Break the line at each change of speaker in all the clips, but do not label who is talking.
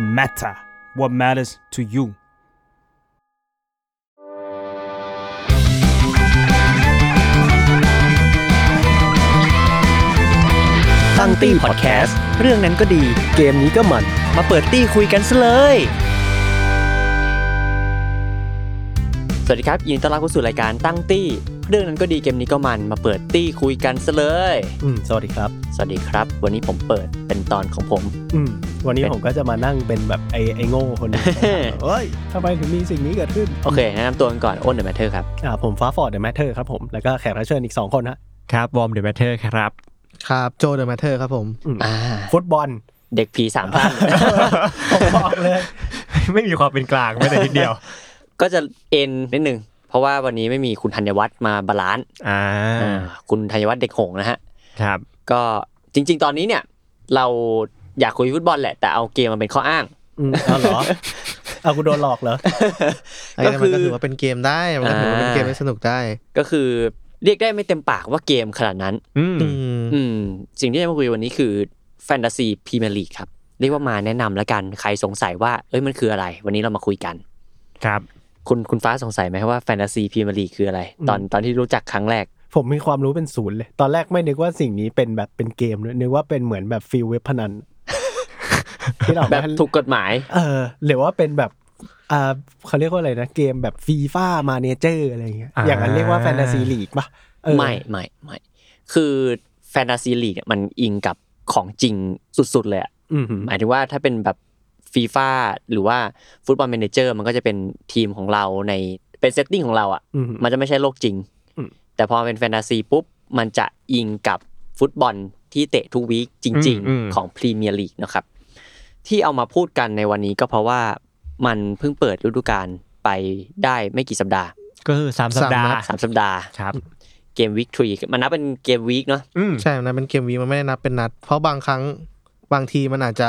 matter what matters to you
ตั้งตี้พอดแคสต์เรื่องนั้นก็ดี เกมนี้ก็มัน มาเปิดตี้คุยกันซะเลย สวัสดีครับ ยินดีต้อนรับเข้าสู่รายการตั้งตี้ เรื่องนั้นก็ดีเกมนี้ก็มัน มาเปิดตี้คุยกันซะเลย
อืมสวัสดีครับ
สวัสดีครับ วันนี้ผมเปิดเป็นตอนของผม
อืม วันนี้
เป็น
ผมก็จะมานั่งเป็นแบบไอ้ไอ้โง่ คนหนึง เฮ้ยทำไมถึงมีสิ่งนี้เกิดขึ้น
โอเคแนะนำตัวกันก่อนอ้นเดอะแมทเทอร์ครับ
อ่าผมฟ้าฟอร์ดเดอะแมทเทอร์ครับผม แล้วก็แขกรับเชิญอีก 2 คนฮะ
ครับวอร์มเดอะแมทเทอร์ครับ
ครับโจเดอะแมทเทอร์ครับผม
อืม
อ่า
ฟุตบอล
เด็กผีสามท่าน
ผมบอกเลย
ไม่มีความเป็นกลางแม้แต่นิดเดียว
ก็จะเอ็นนิดนึงเพราะว่าวันนี้ไม่มีคุณธัญวัฒน์มาบาลานซ์
อ่า
อ่าคุณธัญวัฒน์เด็กหงส์นะฮะ
ครับ
ก็จริง ๆ ตอนนี้เนี่ย เราอยากคุยฟุตบอลแหละ แต่เอาเกมมาเป็นข้ออ้าง
อืมเอาเหรอ เอากูโดนหลอกเหรอ
ไอ้
ก็
นั่นมันก็
คือ
ถือว่าเป็นเกมได้ มันก็ถือว่าเป็น
อ่า
เกมที่สนุกได้
ก็คือเรียกได้ไม่เต็มปากว่าเกมขนาดนั้น
อืม
อืม
อืม สิ่งที่จะมาคุยวันนี้คือแฟนตาซีพรีเมียร์ลีกครับ เรียกว่ามาแนะนำแล้วกัน ใครสงสัยว่า เอ้ยมันคืออะไร วันนี้เรามาคุยกัน
ครับ
คุณคุณฟ้าสงสัยไหมว่าแฟนตาซีพรีเมียร์ลีกคืออะไร ตอนตอนที่รู้จักครั้งแรก
ผมมีความรู้เป็นศูนย์เลย ตอนแรกไม่นึกว่าสิ่งนี้เป็นแบบเป็นเกมด้วยนึกว่าเป็นเหมือนแบบฟิลเว็บพนัน ที่เรา
แบบถูกกฎหมาย
เออหรือว่าเป็นแบบอ่าเขาเรียกว่าอะไรนะเกมแบบฟีฟ่ามาเนเจอร์อะไรอย่างเงี้ย
อ่า
อย่างนั้นเรียกว่าแฟนตาซีลีกปะเออ
ไม่ไม่ไม่คือแฟนตาซีลีกเนี่ยมันอิงกับของจริงสุดๆเลยอะ
อืมหืม
หมายถึงว่าถ้าเป็นแบบฟีฟ่าหรือว่าฟุตบอลแมเนเจอร์มันก็จะเป็นทีมของเราในเป็นเซตติ้งของเราอ่ะ
อืม
มันจะไม่ใช่โลกจริง
อืม
แต่พอเป็นแฟนตาซีปุ๊บ มันจะอิงกับฟุตบอลที่เตะทุกวีคจริง
อืมอืม
ๆ ของพรีเมียร์ลีกนะครับ ที่เอามาพูดกันในวันนี้ก็เพราะว่ามันเพิ่งเปิดฤดูกาลไปได้ไม่กี่สัปดาห์
ก็คือสามสัปดาห์
สามสัปดาห์
ครับ
เกมวีคทรีมันนับเป็นเกมวีคเนาะ
อืม
ใช่มันนะเป็นเกมวีมันไม่ได้นับเป็นนัด เพราะบางครั้งบางทีมันอาจจะ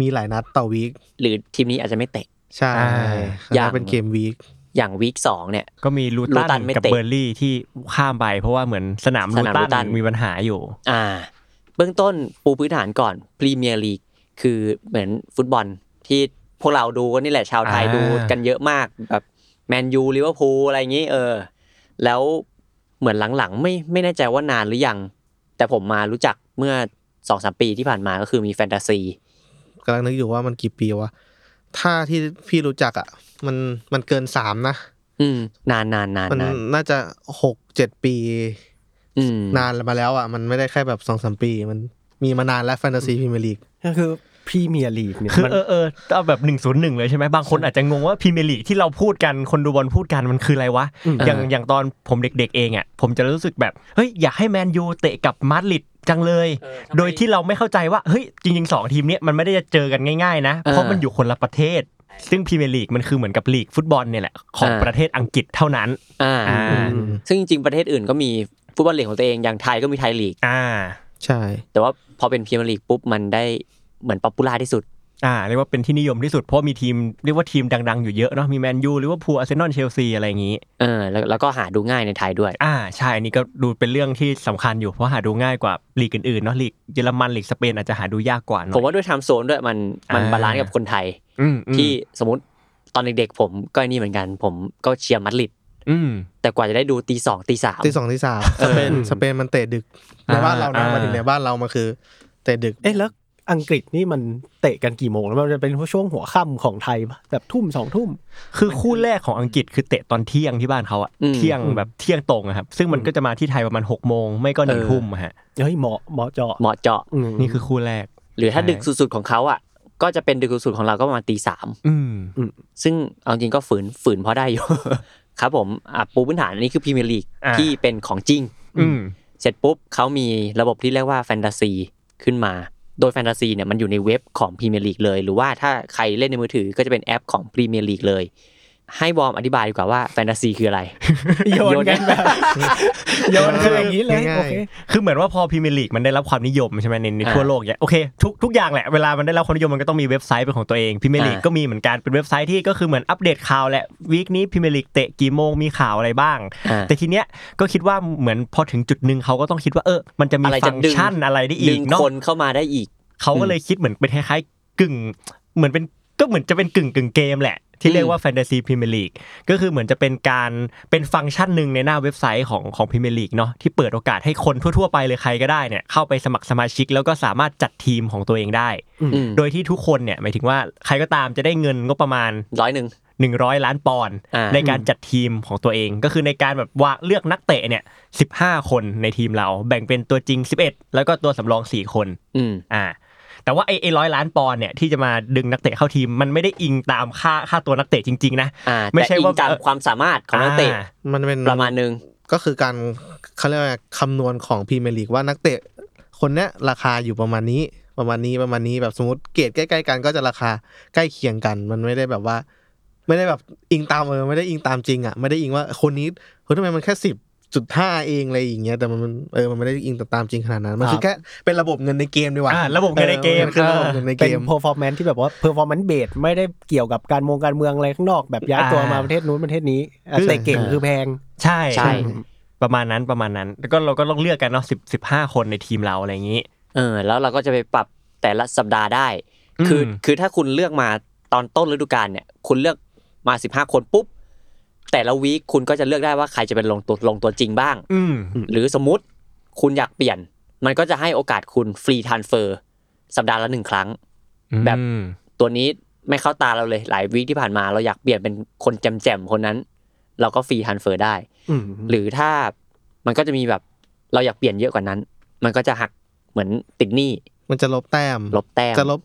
มีหลายนัดต่อวีค
หรือทีมนี้อาจจะไม่เตะ
ใช่
อ
อ
า
ย่ย่าง งเป็นเกมวีค
อย่างวีคสองเนี่ย
ก็มีลู
ลูตั
ตั
น
น
ไม่
กับ
เตะ
เบอร์ลี่ที่ข้ามไป เพราะว่าเหมือนสนาม
ส
ลู
นามลูตั
ตั
น
นมีปัญหาอยู่
อ่าเบื้องต้นปูพื้นฐานก่อนพรีเมียร์ลีกคือเหมือนฟุตบอลที่พวกเราดูกันนี่แหละชาวไทย
อ่า
ดูกันเยอะมากแบบแมนยูลิเวอร์พูลอะไรอย่างนี้เออ แล้วเหมือนหลังๆ ไม่ไม่แน่ใจว่านานหรือยัง แต่ผมมารู้จักเมื่อสองสามปีที่ผ่านมาก็คือมีแฟนตาซี
กำลังนึกอยู่ว่ามันกี่ปีวะถ้าที่พี่รู้จักอ่ะ มันมันเกินสามนะ
อืม นานนานนาน
มัน
นาน
น่าจะหกเจ็ดปี
อืม
นานมาแล้วอ่ะ มันไม่ได้แค่แบบสองสามปี มันมีมานานแล้วแฟนตาซีพรีเมียร์ลีก
ก็คือพรีเมียร์ลีกเนี่ย
คือ
มัน
เออเออเอาแบบหนึ่งศูนย์หนึ่งเลยใช่ไหมบางคนอาจจะงงว่าพรีเมียร์ลีกที่เราพูดกันคนดูบอลพูดกันมันคืออะไรวะ อย่างอย่างตอนผมเด็ก ๆ เองอ่ะผมจะรู้สึกแบบเฮ้ยอยากให้แมนยูเตะกับมาดริดจังเลย โดยที่เราไม่เข้าใจว่าเฮ้ยจริงๆสองทีมเนี้ยมันไม่ได้จะเจอกันง่ายๆนะ เพราะมันอยู่คนละประเทศ ซึ่งพรีเมียร์ลีกมันคือเหมือนกับลีกฟุตบอลเนี่ยแหละของประเทศอังกฤษเท่านั้น
อ่า
อ่า
ซึ่งจริงๆประเทศอื่นก็มีฟุตบอลลีกของตัวเองอย่างไทยก็มีไทยลีก
อ่า
ใช่
แต่ว่าพอเป็นพรีเมียร์ลีกปุ๊บมันได้เหมือนป๊อปปูล่าที่สุด
อ่าเรียกว่าเป็นที่นิยมที่สุดเพราะมีทีมเรียกว่าทีมดังๆอยู่เยอะเนาะมีแมนยูหรือว่าพูอาร์เซนอลเชลซีอะไรอย่างนี้
เออแล้วแล้วก็หาดูง่ายในไทยด้วย
อ่าใช่อันนี้ก็ดูเป็นเรื่องที่สำคัญอยู่เพราะหาดูง่ายกว่าลีกอื่นๆเนาะลีกเยอรมันลีกสเปนอาจจะหาดูยากกว่าหน่
ผ
อ
ม
ย
ว่าด้วยไทม์โซนด้วยมันมัน
อ่า
บาลานซ์กับคนไทย
อืมอืม
ที่สมมติตอนเด็กๆผมก็ไอ้นี่เหมือนกัน ผมก็เชียร์มาดริด
อืม
แต่กว่าจะได้ดูตีสองตีสาม
ที่สองที่สามสเปนสเปนมันเตะดึกในบ้านเรานะ
อ่า
หมายถึงในบ้านเรามันคือ เตะดึก
เอ๊ะแล้วอังกฤษนี่มันเตะกันกี่โมงแล้วมันจะเป็นช่วงหัวค่ำของไทยปะแบบทุ่มสองทุ่ม
คือคู่แรกของอังกฤษคือเตะตอนเที่ยงที่บ้านเขาอะ
อืม
เที่ยงแบบเที่ยงตรงอะครับซึ่งมันก็จะมาที่ไทยประมาณ6กโมงไม่ก็หนึ่งทุ่มอะฮะ
เฮ้ยเหมาะเหมาะเจาะ
เหมาะเจาะ
อืม
นี่คือคู่แรก
หรือถ้า
ใช่
ดึกสุดๆของเขาอ่ะ ก็จะเป็นดึกสุดๆของเราก็ประมาณตีสาม
อืม
ซึ่งเอาจริงก็ฝืนฝืนพอได้อยู่ ครับผมอ่ะปูพื้นฐานอันนี้คือพรีเมียร์ลีก
อ่า
ที่เป็นของจริง
อืม
เสร็จปุ๊บเขามีระบบที่เรียกว่าแฟนตาซีขึ้นมา โดยแฟนตาซีเนี่ยมันอยู่ในเว็บของพรีเมียร์ลีกเลย หรือว่าถ้าใครเล่นในมือถือก็จะเป็นแอปของพรีเมียร์ลีกเลย ให้วอร์มอธิบายดีกว่าว่าแฟนตาซีคืออะไร
โยนกันแบบโยนกันอย่างนี้เลย
ง่า
โอย เค
คือเหมือนว่าพอพรีเมียร์ลีกมันได้รับความนิยมใช่ไหมในในทั่วโลกเนี่ยโอเคทุกทุกอย่างแหละเวลามันได้รับความนิยมมันก็ต้องมีเว็บไซต์เป็นของตัวเองพรีเมียร์ลีก
อ่า
ก็มีเหมือนกันเป็นเว็บไซต์ที่ก็คือเหมือนอัปเดตข่าวแหละวีคนี้พรีเมียร์ลีกเตะกี่โมงมีข่าวอะไรบ้าง
อ่า
แต่ทีเนี้ยก็คิดว่าเหมือนพอถึงจุดหนึ่งเขาก็ต้องคิดว่าเออมันจะมี
อะไร
ฟั
จะ
ง
ดึ
ก์
ง
ชันอะไรได้
ดึ
อี
ง
กเนาะ
คนเข้ามาได้อีก
เขาก็เลยคิดเหมือนเป็นคล้ายๆกึ่ง เหมือนเป็น ก็เหมือนจะเป็นกึ่งกึ่งเกมแหละ ที่เรียกว่าแฟนตาซีพรีเมียร์ลีกก็คือเหมือนจะเป็นการเป็นฟังก์ชันหนึ่งในหน้าเว็บไซต์ของของพรีเมียร์ลีกเนาะที่เปิดโอกาสให้คนทั่วๆไปเลยใครก็ได้เนี่ยเข้าไปสมัครสมาชิกแล้วก็สามารถจัดทีมของตัวเองได้
อืม
โดยที่ทุกคนเนี่ยหมายถึงว่าใครก็ตามจะได้เงินงบประมาณ
ร้อยหนึ่ง
100 ล้านปอนด์
อ่า
ในการจัดทีมของตัวเอง ก็คือในการแบบว่าเลือกนักเตะเนี่ย15 คนในทีมเราแบ่งเป็นตัวจริง 11 แล้วก็ตัวสำรอง 4 คน
อืม
อ่าแต่ว่าไอ้ไอ้ร้อยล้านปอนด์เนี่ยที่จะมาดึงนักเตะเข้าทีมมันไม่ได้อิงตามค่าค่าตัวนักเตะจริง ๆ นะ
อ่า
ไม่
แต่
ใช่
อิง
ว่า
ตาม
เอ่อ
ความสามารถของนักเตะ
อ่า
มันเป็น
ประมาณหนึ่ง
ก็คือการเขาเรียกว่าคำนวณของพรีเมียร์ลีกว่านักเตะ คนเนี้ยราคาอยู่ประมาณนี้ประมาณนี้ประมาณนี้แบบสมมติเกรดใกล้ๆกันก็จะราคาใกล้เคียงกัน มันไม่ได้แบบว่า ไม่ได้แบบอิงตามเออไม่ได้อิงตามจริงอ่ะไม่ได้อิงว่าคนนี้เฮ้ยทำไมมันแค่สิบจุดห้าเองอะไรอย่างเงี้ยแต่มันเออมันไม่ได้อิงตามจริงขนาดนั้นมันคือแค่เป็นระบบเงินในเกมดีกว่า
อ่าระบบเงินในเกม
ออคือระบบเงินใน
เป็
เก
น
ม
performance ที่แบบว่า performance base ไม่ได้เกี่ยวกับการมงการเมืองอะไรข้างนอกแบบย้ายตัวมาประเทศนู้นประเทศนี้อ่ะ
คือ
แต่เก่งคือแพง
ใช่
ใช่
ประมาณนั้นประมาณนั้น แล้วก็เราก็ต้องเลือกกันเนาะสิบสิบห้าคนในทีมเราอะไรอย่างนี้
เออ แล้วเราก็จะไปปรับแต่ละสัปดาห์ได้ คือ
อืม
คือถ้าคุณเลือกมาตอนต้นฤดูกาลเนี่ย คุณเลือกมาสิบห้าคนปุ๊บ แต่ละวีคคุณก็จะเลือกได้ว่าใครจะเป็นลงตัวลงตัวจริงบ้าง
อืม
หรือสมมติคุณอยากเปลี่ยน มันก็จะให้โอกาสคุณฟรีทานเฟอร์สัปดาห์ละหนึ่งครั้ง แบบ ตัวนี้ไม่เข้าตาเราเลยหลายวีคที่ผ่านมาเราอยากเปลี่ยนเป็นคนแจมๆคนนั้น เราก็ฟรีทานเฟอร์ได้
อืม
หรือถ้ามันก็จะมีแบบเราอยากเปลี่ยนเยอะกว่านั้น มันก็จะหักเหมือนติดหนี้
มันจะลบแต้ม
ลบแต้ม
จะลบ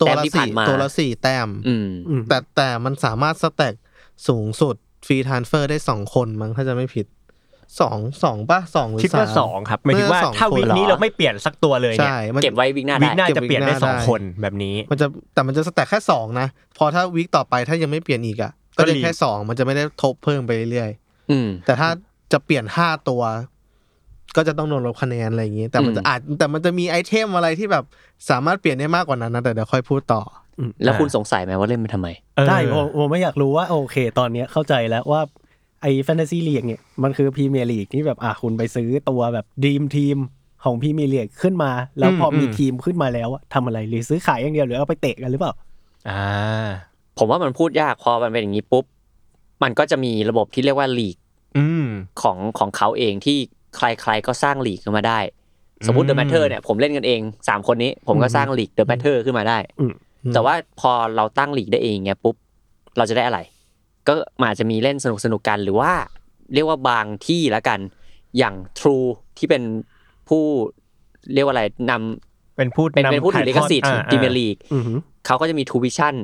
ตัว
แต้ม
ละ
ที่ผ่า
สี่
นมา
ตัวละสี่แต้ม
อืม
อืม
แต่แต่มันสามารถสแต็กสูงสุดฟรีทรานสเฟอร์ได้สองคนมั้งถ้าจะไม่ผิดสองสองป่ะสองหรือ
คิดว่า
สม
สองครับหมายถึงว่า
น่จะสอง
ถ้า
ค
วีคน นี้เราไม่เปลี่ยนสักตัวเลยเนี่ย
ใช่มัน
เก็บไว้วิกหน้า
วี
ได้
คหน้าจะเปลี่ยนได้
เก็บวีคหน้า
สอง
ได้
คนแบบนี้
มันจะแต่มันจะสแต็กแค่สองนะ พอถ้าวีคต่อไปถ้ายังไม่เปลี่ยนอีกอ่ะ
ก็
ก็จะ
ลีก
แค่สองมันจะไม่ได้ทบเพิ่มไปเรื่อย
อืม
ๆแต่ถ้าจะเปลี่ยนห้าตัว ก็จะต้องโดนลบคะแนนอะไรอย่างงี้ แต่มันจะ
อืม
อาจแต่มันจะมีไอเทมอะไรที่แบบสามารถเปลี่ยนได้มากกว่านั้นนะแต่เดี๋ยวค่อยพูดต่อ
แล้วคุณสงสัยไหมว่าเล่นไปทำไม
เออ
ได้ผมผมไม่อยากรู้ว่าโอเค ตอนเนี้ยเข้าใจแล้วว่าไอ้แฟนตาซีลีกเนี่ยมันคือพรีเมียร์ลีกที่แบบอ่ะคุณไปซื้อตัวแบบดีมทีมของพรีเมียร์ลีกขึ้นมา แล้วพอมีทีมขึ้นมาแล้วอะทำอะไรหรือซื้อขายอย่างเดียวหรือเอาไปเตะกันหรือเปล่า
อ่า
ผมว่ามันพูดยากพอมันเป็นอย่างนี้ปุ๊บ มันก็จะมีระบบที่เรียกว่าลีก
อืม
ของของเขาเองที่ใครๆก็สร้างลีกขึ้นมาได้ สมมติ The
อืม
Matter เนี่ยผมเล่นกันเอง 3 คนนี้ ผมก็สร้างลีก The Matter ขึ้นมาได้
อืม
อืม
แต่ว่าพอเราตั้งลีกได้เองเงี้ยปุ๊บ เราจะได้อะไร ก็มันอาจจะมีเล่นสนุกสนุกๆกันหรือว่า เรียกว่าบางที่ละกัน อย่าง True ที่เป็นผู้เรียกว่าอะไรนำ
เป็นพูด
เป็นเป็นผู้ถือลิขสิทธิ์พรีเมียร์ลีก
อือหือ
เขาก็จะมีทูวิชั่น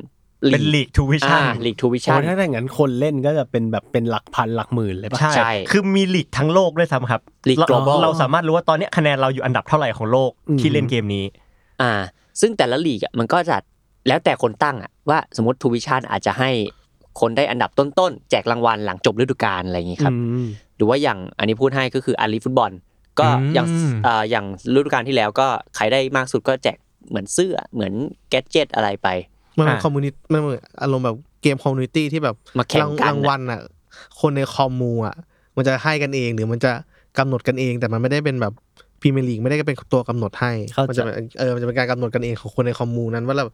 เป็นลีกทูวิชั่น
ลีกทูวิ
โอ้
ชั่น
ถ้าอย่างนั้นคนเล่นก็จะเป็นแบบเป็นหลักพันหลักหมื่นเลยปะ
ใช่
ใช่
คือมีลีกทั้งโลกด้วยซ้ำครับ
ลีก
เรา
global
เราสามารถรู้ว่าตอนเนี้ยคะแนนเราอยู่อันดับเท่าไหร่ของโลก
อืม
ที่เล่นเกมนี้
อ่า ซึ่งแต่ละลีกอะมันก็จะแล้วแต่คนตั้งอ่ะว่าสมมติทูวิชั่นอาจจะให้คนได้อันดับต้นๆ แจกรางวัลหลังจบฤดูกาลอะไรอย่างนี้ครับ
อืม
หรือว่าอย่างอันนี้พูดให้ก็คืออาลีฟุตบอล ก็
อืม
อย่างอ่าอย่างฤดูกาลที่แล้วก็ใครได้มากสุดก็แจกเหมือนเสื้อเหมือนแกดเจิตอะไรไป
มันเป็น
อ่ะ
คอมมูนิตมันเหมือนอารมณ์แบบเกมคอมมูนิตี้ที่แบบ
มาแข่งกัน
รางวัลอ่ะ คนในคอมมูอ่ะ มันจะให้กันเองหรือมันจะกำหนดกันเองแต่มันไม่ได้เป็นแบบพรีเมียร์ลีกไม่ได้เป็นตัวกำหนดให้
เข้าใจ
มัจะเป็นเออมันจะเป็นการกำหนดกันเองของคนในคอมมูนั้นว่าแบบ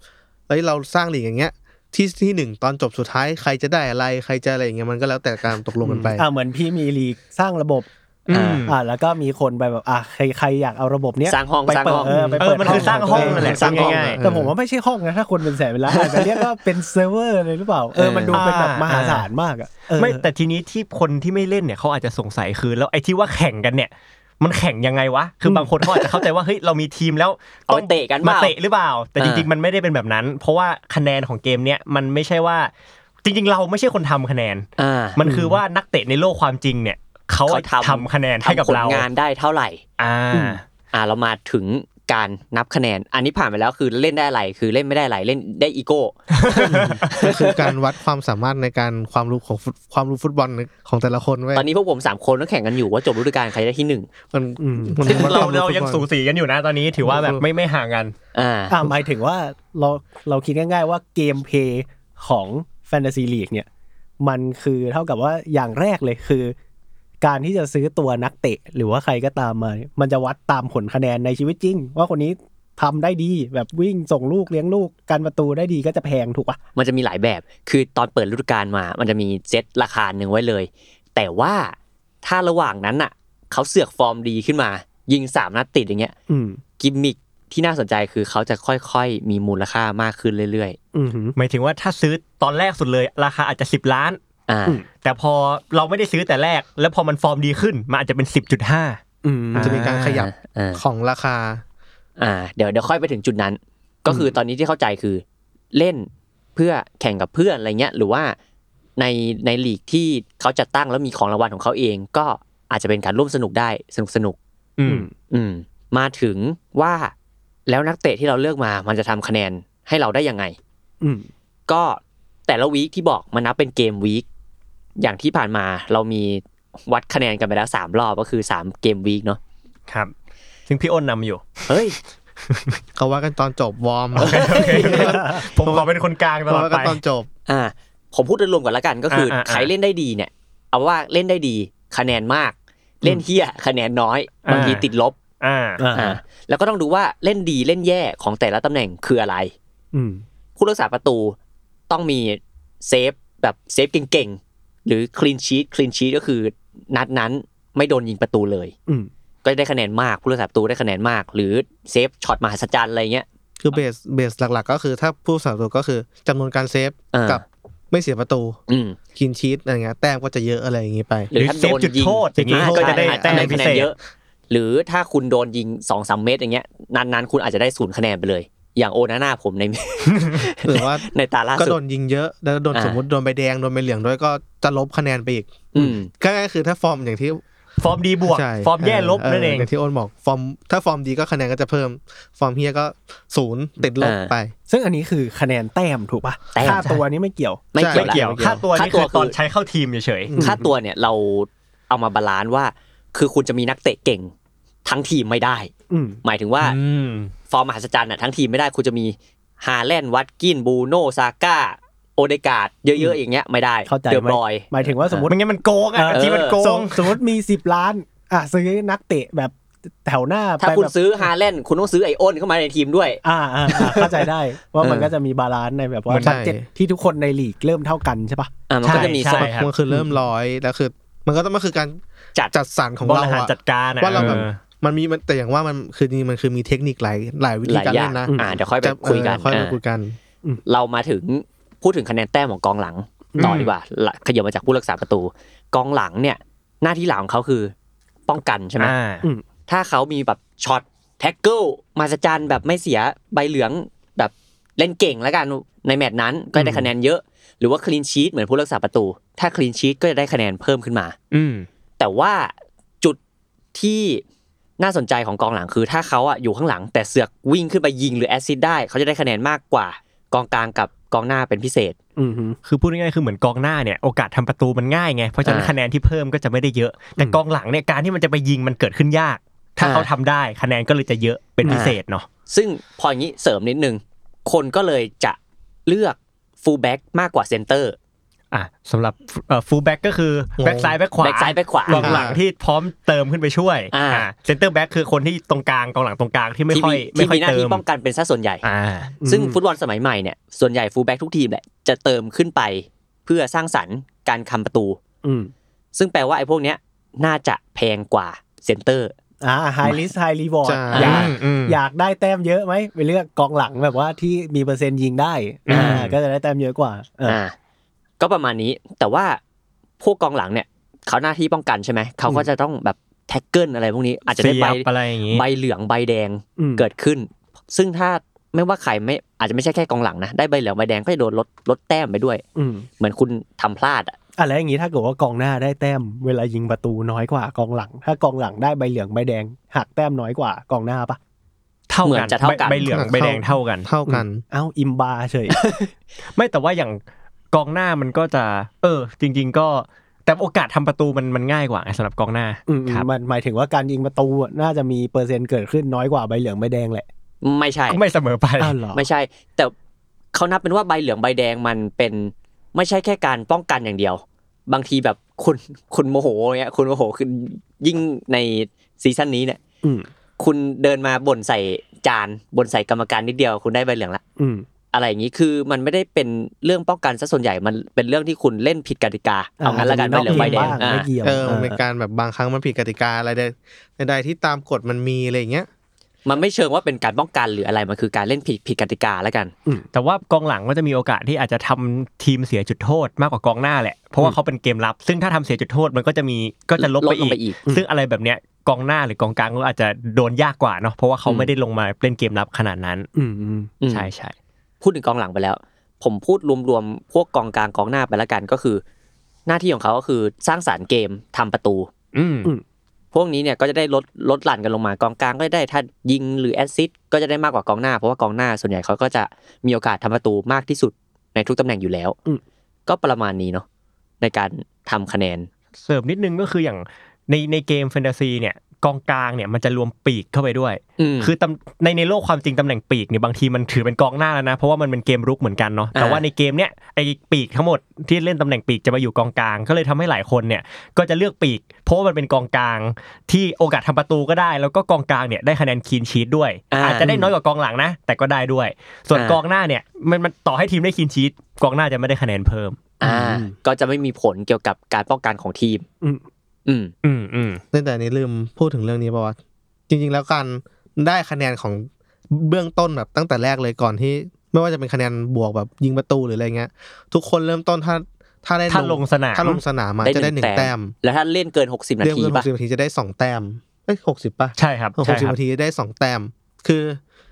เฮ้ยเราสร้างลีกอย่างเงี้ย ที่ที่หนึ่งตอนจบสุดท้ายใครจะได้อะไรใครจะอะไรอย่างเงี้ยมันก็แล้วแต่การตกลงกันไป
อ่าเหมือนพี่มีลีกสร้างระบบ
อืม
อ่าแล้วก็มีคนไปแบบอ่ะใครใครอยากเอาระบบเนี้ย
สร้างห้อง
ไป
สร้าง
เปิ
ห้
ด
อง
เออไป
เอ
เปิ
อ
ด
มันคือสร้างห้องนั่นแหละ
สร้างห้อง
ง่าย
แต่ผมว่าไม่ใช่ห้องนะ ถ้าคนเป็นแสนเป็นล้านอาจจะเรียกว่าเป็นเซิร์ฟเวอร์เลยหรือเปล่าเออมันดูเป็นแบบมหาศาลมากอ่ะเออ
ไม่แต่ทีนี้ที่คนที่ไม่เล่นเนี่ยเขาอาจจะสงสัยคือแล้วไอ้ที่ว่าแข่งกันเนี่ย มันแข่งยังไงวะ คือ
ม
บางคนเขาอาจจะเข้าใจว่าเฮ้ยเรามีทีมแล้ว
เอาไปเตะกันเป
มา
ล่า
เตะหรือเปล่า แต่จริง
อ่า
ๆมันไม่ได้เป็นแบบนั้น เพราะว่าคะแนนของเกมเนี่ยมันไม่ใช่ว่า จริง ๆ เราไม่ใช่คนทำคะแนน
อ่า
มันคือว่านักเตะในโลกความจริงเนี่ยเขา
เขาทำ
ทำคะแนนให้กับ
ทำผล
เรา
งานได้เท่าไหร่
อ่า
อ่าเรามาถึงการนับคะแนน อันนี้ผ่านไปแล้วคือเล่นได้อะไรคือเล่นไม่ได้อะไรเล่นได้อีโก้
ก็คือการวัดความสามารถในการความรู้ของฟุตความรู้ฟุตบอลของแต่ละคนไว้ย
ตอนนี้พวกผมสามคนก็แข่งกันอยู่ว่าจบฤดูกาลใครได้ที่หนึ่ง
มัน
อืม
มัน
ซึ่ง
วัด
เรา
ควม
เรายัง
ฟุตบอล
สูสีกันอยู่นะตอนนี้ถือว่าแบบไม่ไม่ห่างกัน
อ่า
อ่าหมายถึงว่าเราเราคิดง่ายๆว่าเกมเพลย์ของแฟนตาซีลีกเนี่ย มันคือเท่ากับว่าอย่างแรกเลยคือ การที่จะซื้อตัวนักเตะ หรือว่าใครก็ตามมาเนี่ยมันจะวัดตามผลคะแนนในชีวิตจริง ว่าคนนี้ ทำได้ดีแบบวิ่งส่งลูกเลี้ยงลูกการประตูได้ดีก็จะแพงถูกปะ
มันจะมีหลายแบบ คือตอนเปิดฤดูกาลมา มันจะมีเซตราคาหนึ่งไว้เลย แต่ว่าถ้าระหว่างนั้นน่ะ เขาเสือกฟอร์มดีขึ้นมา ยิงสามนัดติดอย่างเงี้ย
อืม
กิมมิคที่น่าสนใจคือเขาจะค่อยๆ มีมูลค่ามากขึ้นเรื่อย
อือหือ
หมายถึงว่าถ้าซื้อตอนแรกสุดเลย ราคาอาจจะ 10 ล้าน
ๆ อ่า
อืม
แต่พอเราไม่ได้ซื้อแต่แรก แล้วพอมันฟอร์มดีขึ้นมันอาจจะเป็น 10.5
อืม
มันจะมีการขยับ
อ่า
ของราคา
อ่า เดี๋ยวเดี๋ยวค่อยไปถึงจุดนั้น ก็คือตอนนี้ที่เข้าใจคือเล่นเพื่อแข่งกับเพื่อนอะไรเงี้ย หรือว่าในในลีกที่เขาจัดตั้งแล้วมีของรางวัลของเขาเอง ก็อาจจะเป็นการร่วมสนุกได้สนุกสนุกๆ
อืม
อืมมาถึงว่าแล้วนักเตะที่เราเลือกมา มันจะทำคะแนนให้เราได้ยังไง
อืม
ก็แต่ละวีคที่บอกมันนับเป็นเกมวีคอย่างที่ผ่านมาเรามีวัดคะแนนกันไปแล้วสามรอบก็คือสามเกมวีคเนาะ
ครับ ซึ่งพี่อ้นนำอยู่
เฮ้ย
เขาว่ากันตอนจบวอร์ม
ผมขอเป็นคนกลางต
เขา
ลอด
ว่ากั
ไป
นตอนจบ
อ่า ผมพูดโดยรวมก่อนละกันก็คืออา
อ่าอ่า
ใครเล่นได้ดีเนี่ย เอาว่าเล่นได้ดีคะแนนมาก เล่นเฮี้ยคะแนนน้อยบางทีติดลบ
อ่า
อ่า
อ่าแล้วก็ต้องดูว่าเล่นดีเล่นแย่ของแต่ละตำแหน่งคืออะไร
อืม
ผู้รักษาประตูต้องมีเซฟแบบเซฟเก่งๆ หรือคลีนชีตคลีนชีตก็คือนัดนั้นไม่โดนยิงประตูเลย
อืม
ก็ได้คะแนนมากผู้รักษาประตูได้คะแนนมาก หรือเซฟช็อตมหัศจรรย์อะไรเงี้ย
คือเบสเบสหลัก ๆ ก็คือถ้าผู้สาวตัวก็คือจำนวนการเซฟ
อ่ากั
กับไม่เสียประตู
อืม
กินชีสอะไรเงี้ยแต้มก็จะเยอะอะไรอย่างงี้ ไป
หรือ
ถ้า
เซฟจุดโทษอย่างงี้
อ่า
ก็จะได้
อา
แต้ม
ได้
พิ
คะแน
เศ
น
ษ
เยอะ หรือถ้าคุณโดนยิงสองสามเมตรอย่างเงี้ยนั้นๆคุณอาจจะได้ศูนย์คะแนนไปเลย อย่างโอนาน่าผมใน
หรือว่า
ในตาล่า
ก็
สุ
โด
ด
นยิงเยอะ แล้วโดน
อ่า
สมมติโดนใบแดงโดนใบเหลืองด้วยก็จะลบคะแนนไปอีก
อืม
ก็ง่ายๆคือถ้าฟอร์มอย่างที่
ฟอร์มดีบวก
ใช่
ฟอร์มแย่ลบนั่นเอง
ย่างที่โอนบอกฟอร์มถ้าฟอร์มดีก็คะแนนก็จะเพิ่ม ฟอร์มเฮียก็ศูนย์ติดลบ
อ่า
ไป
ซึ่งอันนี้คือคะแนนแต้มถูกปะ
แต้ม
ค่าตัวนี้ไม่เกี่ยว
ไม่เกี่ยว
ใช่
ละ
เกี่ยว
เกี่ยว
ค่าตัวนี่
ค่าตัว
คือตอน
คือ
ใช้เข้าทีมเฉย
อืม
ค่าตัวเนี่ยเราเอามาบาลานซ์ว่า คือคุณจะมีนักเตะเก่งทั้งทีมไม่ได้
อืม
หมายถึงว่า
ๆอืม
ฟอร์มมหัศจรรย์น่ะทั้งทีมไม่ได้คุณจะมีฮาแลนด์วัตกินบูโนซาก้า โอเดการ์ดเยอะๆ อย่างเงี้ยไม่ได้
เข้าใจ
เดือบ
ไหม
รอย
หมายถึงว่าสมมติ
มันงั้นมันโกงอ่ะ
เออ
ที่มันโก
สม
ง
มุติสมมติมีสิบล้าน อ่ะซื้อนักเตะแบบแถวหน้า
ถ้า
ไป
คุณ
แบบ
ซื้อฮาแลนด์คุณต้องซื้อไอโอนเข้ามาในทีมด้วย
อ่าอ่า อ่าเข้าใจได้ ว่ามัน
เออ
ก็จะมีบาลานซ์ในแบบว่า
ใช่
บัตเจ็ตที่ทุกคนในลีกเริ่มเท่ากันใช่ปะ
อ่ะมันก็จะมี
ใช่
ส่วน
ใช่ ครับ
มันคือเริ่มร้อยแล้วคือ มันก็ต้องมันคือการ
จัด
จัดสรรของ
บ
เรา
ริหาร
อะ
จัดการอะ
ว่าเราแบ
อ
บ
อ
มันมีมันแต่อย่างว่ามันคือจริงๆมันคือมีเทคนิคหลายหลายวิธี
หลาย
การ
อย่า
เล่
ง
นนะ
อ่าเดี๋ยวค่อยไป
จะ
คุยกัน
เออค่อยไป
อ่า
คุยกัน
เรามาถึงพูดถึงคะแนนแต้มของกองหลังต่ออ
ม
ดีกว่าละขยับมาจากผู้รักษาประตู กองหลังเนี่ย หน้าที่หลักของเขาคือป้องกันใช่ไหม
อ่า
ถ้าเขามีแบบช็อตแท็กเกิลมาสจารย์แบบไม่เสียใบเหลืองแบบเล่นเก่งแล้วกันในแมตช์นั้นก็ได้คะแนนเยอะ หรือว่าคลีนชีตเหมือนผู้รักษาประตู ถ้าคลีนชีตก็จะได้คะแนนเพิ่มขึ้นมา
อืม
แต่ว่าจุดที่น่าสนใจของกองหลังคือ ถ้าเขาอะอยู่ข้างหลังแต่เสือกวิ่งขึ้นไปยิงหรือแอสซิดได้เขาจะได้คะแนนมากกว่ากองกลางกับกองหน้าเป็นพิเศษ
อืมฮึ
คือพูดง่ายๆคือเหมือนกองหน้าเนี่ยโอกาสทำประตูมันง่ายไงเพราะฉะนั้น
อ่า
คะแนนที่เพิ่มก็จะไม่ได้เยอะ แต่กองหลังเนี่ยการที่มันจะไปยิงมันเกิดขึ้นยาก ถ้า
อ่า
เขาทำได้คะแนนก็เลยจะเยอะเป็นพิเศษเนาะ
ซึ่งพออย่างนี้เสริมนิดนึงคนก็เลยจะเลือกฟูลแบ็กมากกว่าเซนเตอร์
อ่ะสำหรับฟูลแบ็กก็คือ
โอ้
แบ็กซ้ายแบ็กขวา
back ซ้าย back ขวาก
องหลังที่พร้อมเติมขึ้นไปช่วย
อ่า
เซนเตอร์แบ็กคือคนที่ตรงกลางกองหลังตรงกลางที่ไม่
ที่
ค่อ
มี
ยไม่
ที่
ค่อ
มี
ย
หน้า
เติ
ที่
ม
ป้องกันเป็นซะส่วนใหญ่
อ่า
ซึ่งฟุตบอลสมัยใหม่เนี่ยส่วนใหญ่ฟูลแบ็กทุกทีมแหละจะเติมขึ้นไปเพื่อสร้างสรรค์การคำประตู
อืม
ซึ่งแปลว่าไอ้พวกเนี้ยน่าจะแพงกว่าเซนเตอร์
อ่าไฮลิสไฮรีวอร์ด
ใช่
อยาก
อืม
อยากได้แต้มเยอะไหมไปเลือกกองหลังแบบว่าที่มีเปอร์เซ็นต์ยิงได้อ่า
อืม
ก็จะได้แต้มเยอะกว่าเอออ
อ่าก็ประมาณนี้แต่ว่าพวกกองหลังเนี่ยเขาหน้าที่ป้องกันใช่ไหมเขาก็จะต้องแบบแท็กเกิลอะไรพวกนี้อาจจะได้ใบ
เสียบอะไรอย่างงี้
ใบเหลืองใบแดง
อืม
เกิดขึ้น ซึ่งถ้าไม่ว่าใครไม่อาจจะไม่ใช่แค่กองหลังนะได้ใบเหลืองใบแดงก็จะโดนลดลดแต้มไปด้วย
อืม
เหมือนคุณทำพลาดอ่ะ
อ่ะแล้วอย่างนี้ถ้าเกิดว่ากองหน้าได้แต้มเวลายิงประตูน้อยกว่ากองหลัง ถ้ากองหลังได้ใบเหลืองใบแดงหักแต้มน้อยกว่ากองหน้าปะ
เท่า
เหมือ
กัน
นจะเท่ากัน
ใบเหลืองใบแดงเท่ากัน
เท่ากัน
เอ้าอิมบาเฉย
ไม่แต่ว่าอย่างกองหน้ามันก็จะ เออ จริง ๆ ก็แต่โอกาสทำประตูมันมันง่ายกว่าไงสำหรับกองหน้า
อืม
ครับ
มันหมายถึงว่าการยิงประตูอะน่าจะมีเปอร์เซ็นต์เกิดขึ้นน้อยกว่าใบเหลืองใบแดงแหละ
ไม่ใช่
ก็ไม่เสมอไป
อ้าวเหรอ
ไม่ใช่ แต่เขานับเป็นว่าใบเหลืองใบแดงมันเป็นไม่ใช่แค่การป้องกันอย่างเดียว บางทีแบบ คุณคุณโมโหเนี่ยคุณโมโหคือยิ่งในซีซั่นนี้เนี่ย
อืม
คุณเดินมาบ่นใส่จานบ่นใส่กรรมการนิดเดียวคุณได้ใบเหลืองละ
อืม
อะไรอย่างนี้คือมันไม่ได้เป็นเรื่องป้องกันซะส่วนใหญ่มันเป็นเรื่องที่คุณเล่นผิดกติกาเอางั้นละกัน
จ
ไม่เหลือ
จะ
ง
มี
ใบแดง
บ้า
อ่า
ไม่เกี่ยว
เออมันเป็นการแบบบางครั้งมันผิดกติกาอะไรใดใดๆที่ตามกฎมันมีอะไรอย่างเงี้ย
มันไม่เชิงว่าเป็นการป้องกันหรืออะไรมันคือการเล่นผิดผิดกติกาละกัน
แต่ว่ากองหลังก็จะมีโอกาสที่อาจจะทำทีมเสียจุดโทษมากกว่ากองหน้าแหละ เพราะว่าเขาเป็นเกมลับ ซึ่งถ้าทำเสียจุดโทษมันก็จะมีก็จะลบ
ล
ไป
ดล
อี
ง
ก
ไปอีก
ซึ่งอะไรแบบเนี้ยกองหน้าหรือกองกลางก็อาจจะโดนยากกว่าเนาะเพราะว่าเขาไม่ได้ลงมาเล่นเกมลับขนาดนั้น
อืมอืม
อืม
ใช่ใช่
พูดถึงกองหลังไปแล้ว ผมพูดรวมๆพวกกองกลางกองหน้าไปละกันก็คือ หน้าที่ของเขาก็คือสร้างสารรค์เกมทำประตู
อืม
พวกนี้เนี่ยก็จะได้ลดลดหลั่นกันลงมากองกลางก็ได้ถ้ายิงหรือแอสซิสต์ก็จะได้มากกว่ากองหน้า เพราะว่ากองหน้าส่วนใหญ่เขาก็จะมีโอกาสทำประตูมากที่สุดในทุกตำแหน่งอยู่แล้ว
อืม
ก็ประมาณนี้เนาะในการทำคะแนน
เสริมนิดนึงก็คืออย่างในในเกมแฟนตาซีเนี่ยกองกลางเนี่ยมันจะรวมปีกเข้าไปด้วย
อืม
คือตำในในโลกความจริงตำแหน่งปีกเนี่ยบางทีมันถือเป็นกองหน้าแล้วนะ เพราะว่ามันเป็นเกมรุกเหมือนกันเนาะ
อ่า
แต่ว่าในเกมเนี้ยไอ้ปีกทั้งหมดที่เล่นตำแหน่งปีกจะมาอยู่กองกลาง ก็เลยทำให้หลายคนเนี่ยก็จะเลือกปีก เพราะว่ามันเป็นกองกลาง ที่โอกาสทำประตูก็ได้ แล้วก็กองกลางเนี่ยได้คะแนนคีนชีตด้วย
อ่า
อาจจะได้น้อยกว่ากองหลังนะ แต่ก็ได้ด้วย ส่วน
อ่าก ก
องหน้าเนี่ยมันมันต่อให้ทีมได้คีนชีตกองหน้าจะไม่ได้คะแนนเพิ่ม
อ่า ก็จะไม่มีผลเกี่ยวกับการป้องกันของทีม
อืม
อืม
อืมอืม
เนื่องแต่อันนี้ลืมพูดถึงเรื่องนี้ป่าวะจริง ๆ แล้วการได้คะแนนของเบื้องต้นแบบตั้งแต่แรกเลยก่อนที่ ไม่ว่าจะเป็นคะแนนบวกแบบยิงประตูหรืออะไรเงี้ย ทุกคนเริ่มต้นถ้าถ้าได้
ถ้าลงสนาม
ถ้าลงสนามมา
ได้
จะได้ห
หนึ่
นึ่
ง
ง
แต้
แต้
ม
ม
แล้วถ้าเล่นเกิน 60 นา
เรียก
ที
ว่าห
ป่ะ
กสิบนาทีจะได้สองแต้มเอ้ยหกสิบป่ะ
ใช่ครับ
หก
ใช่
สิบ
ครับ
นาทีจะได้สองแต้ม คือ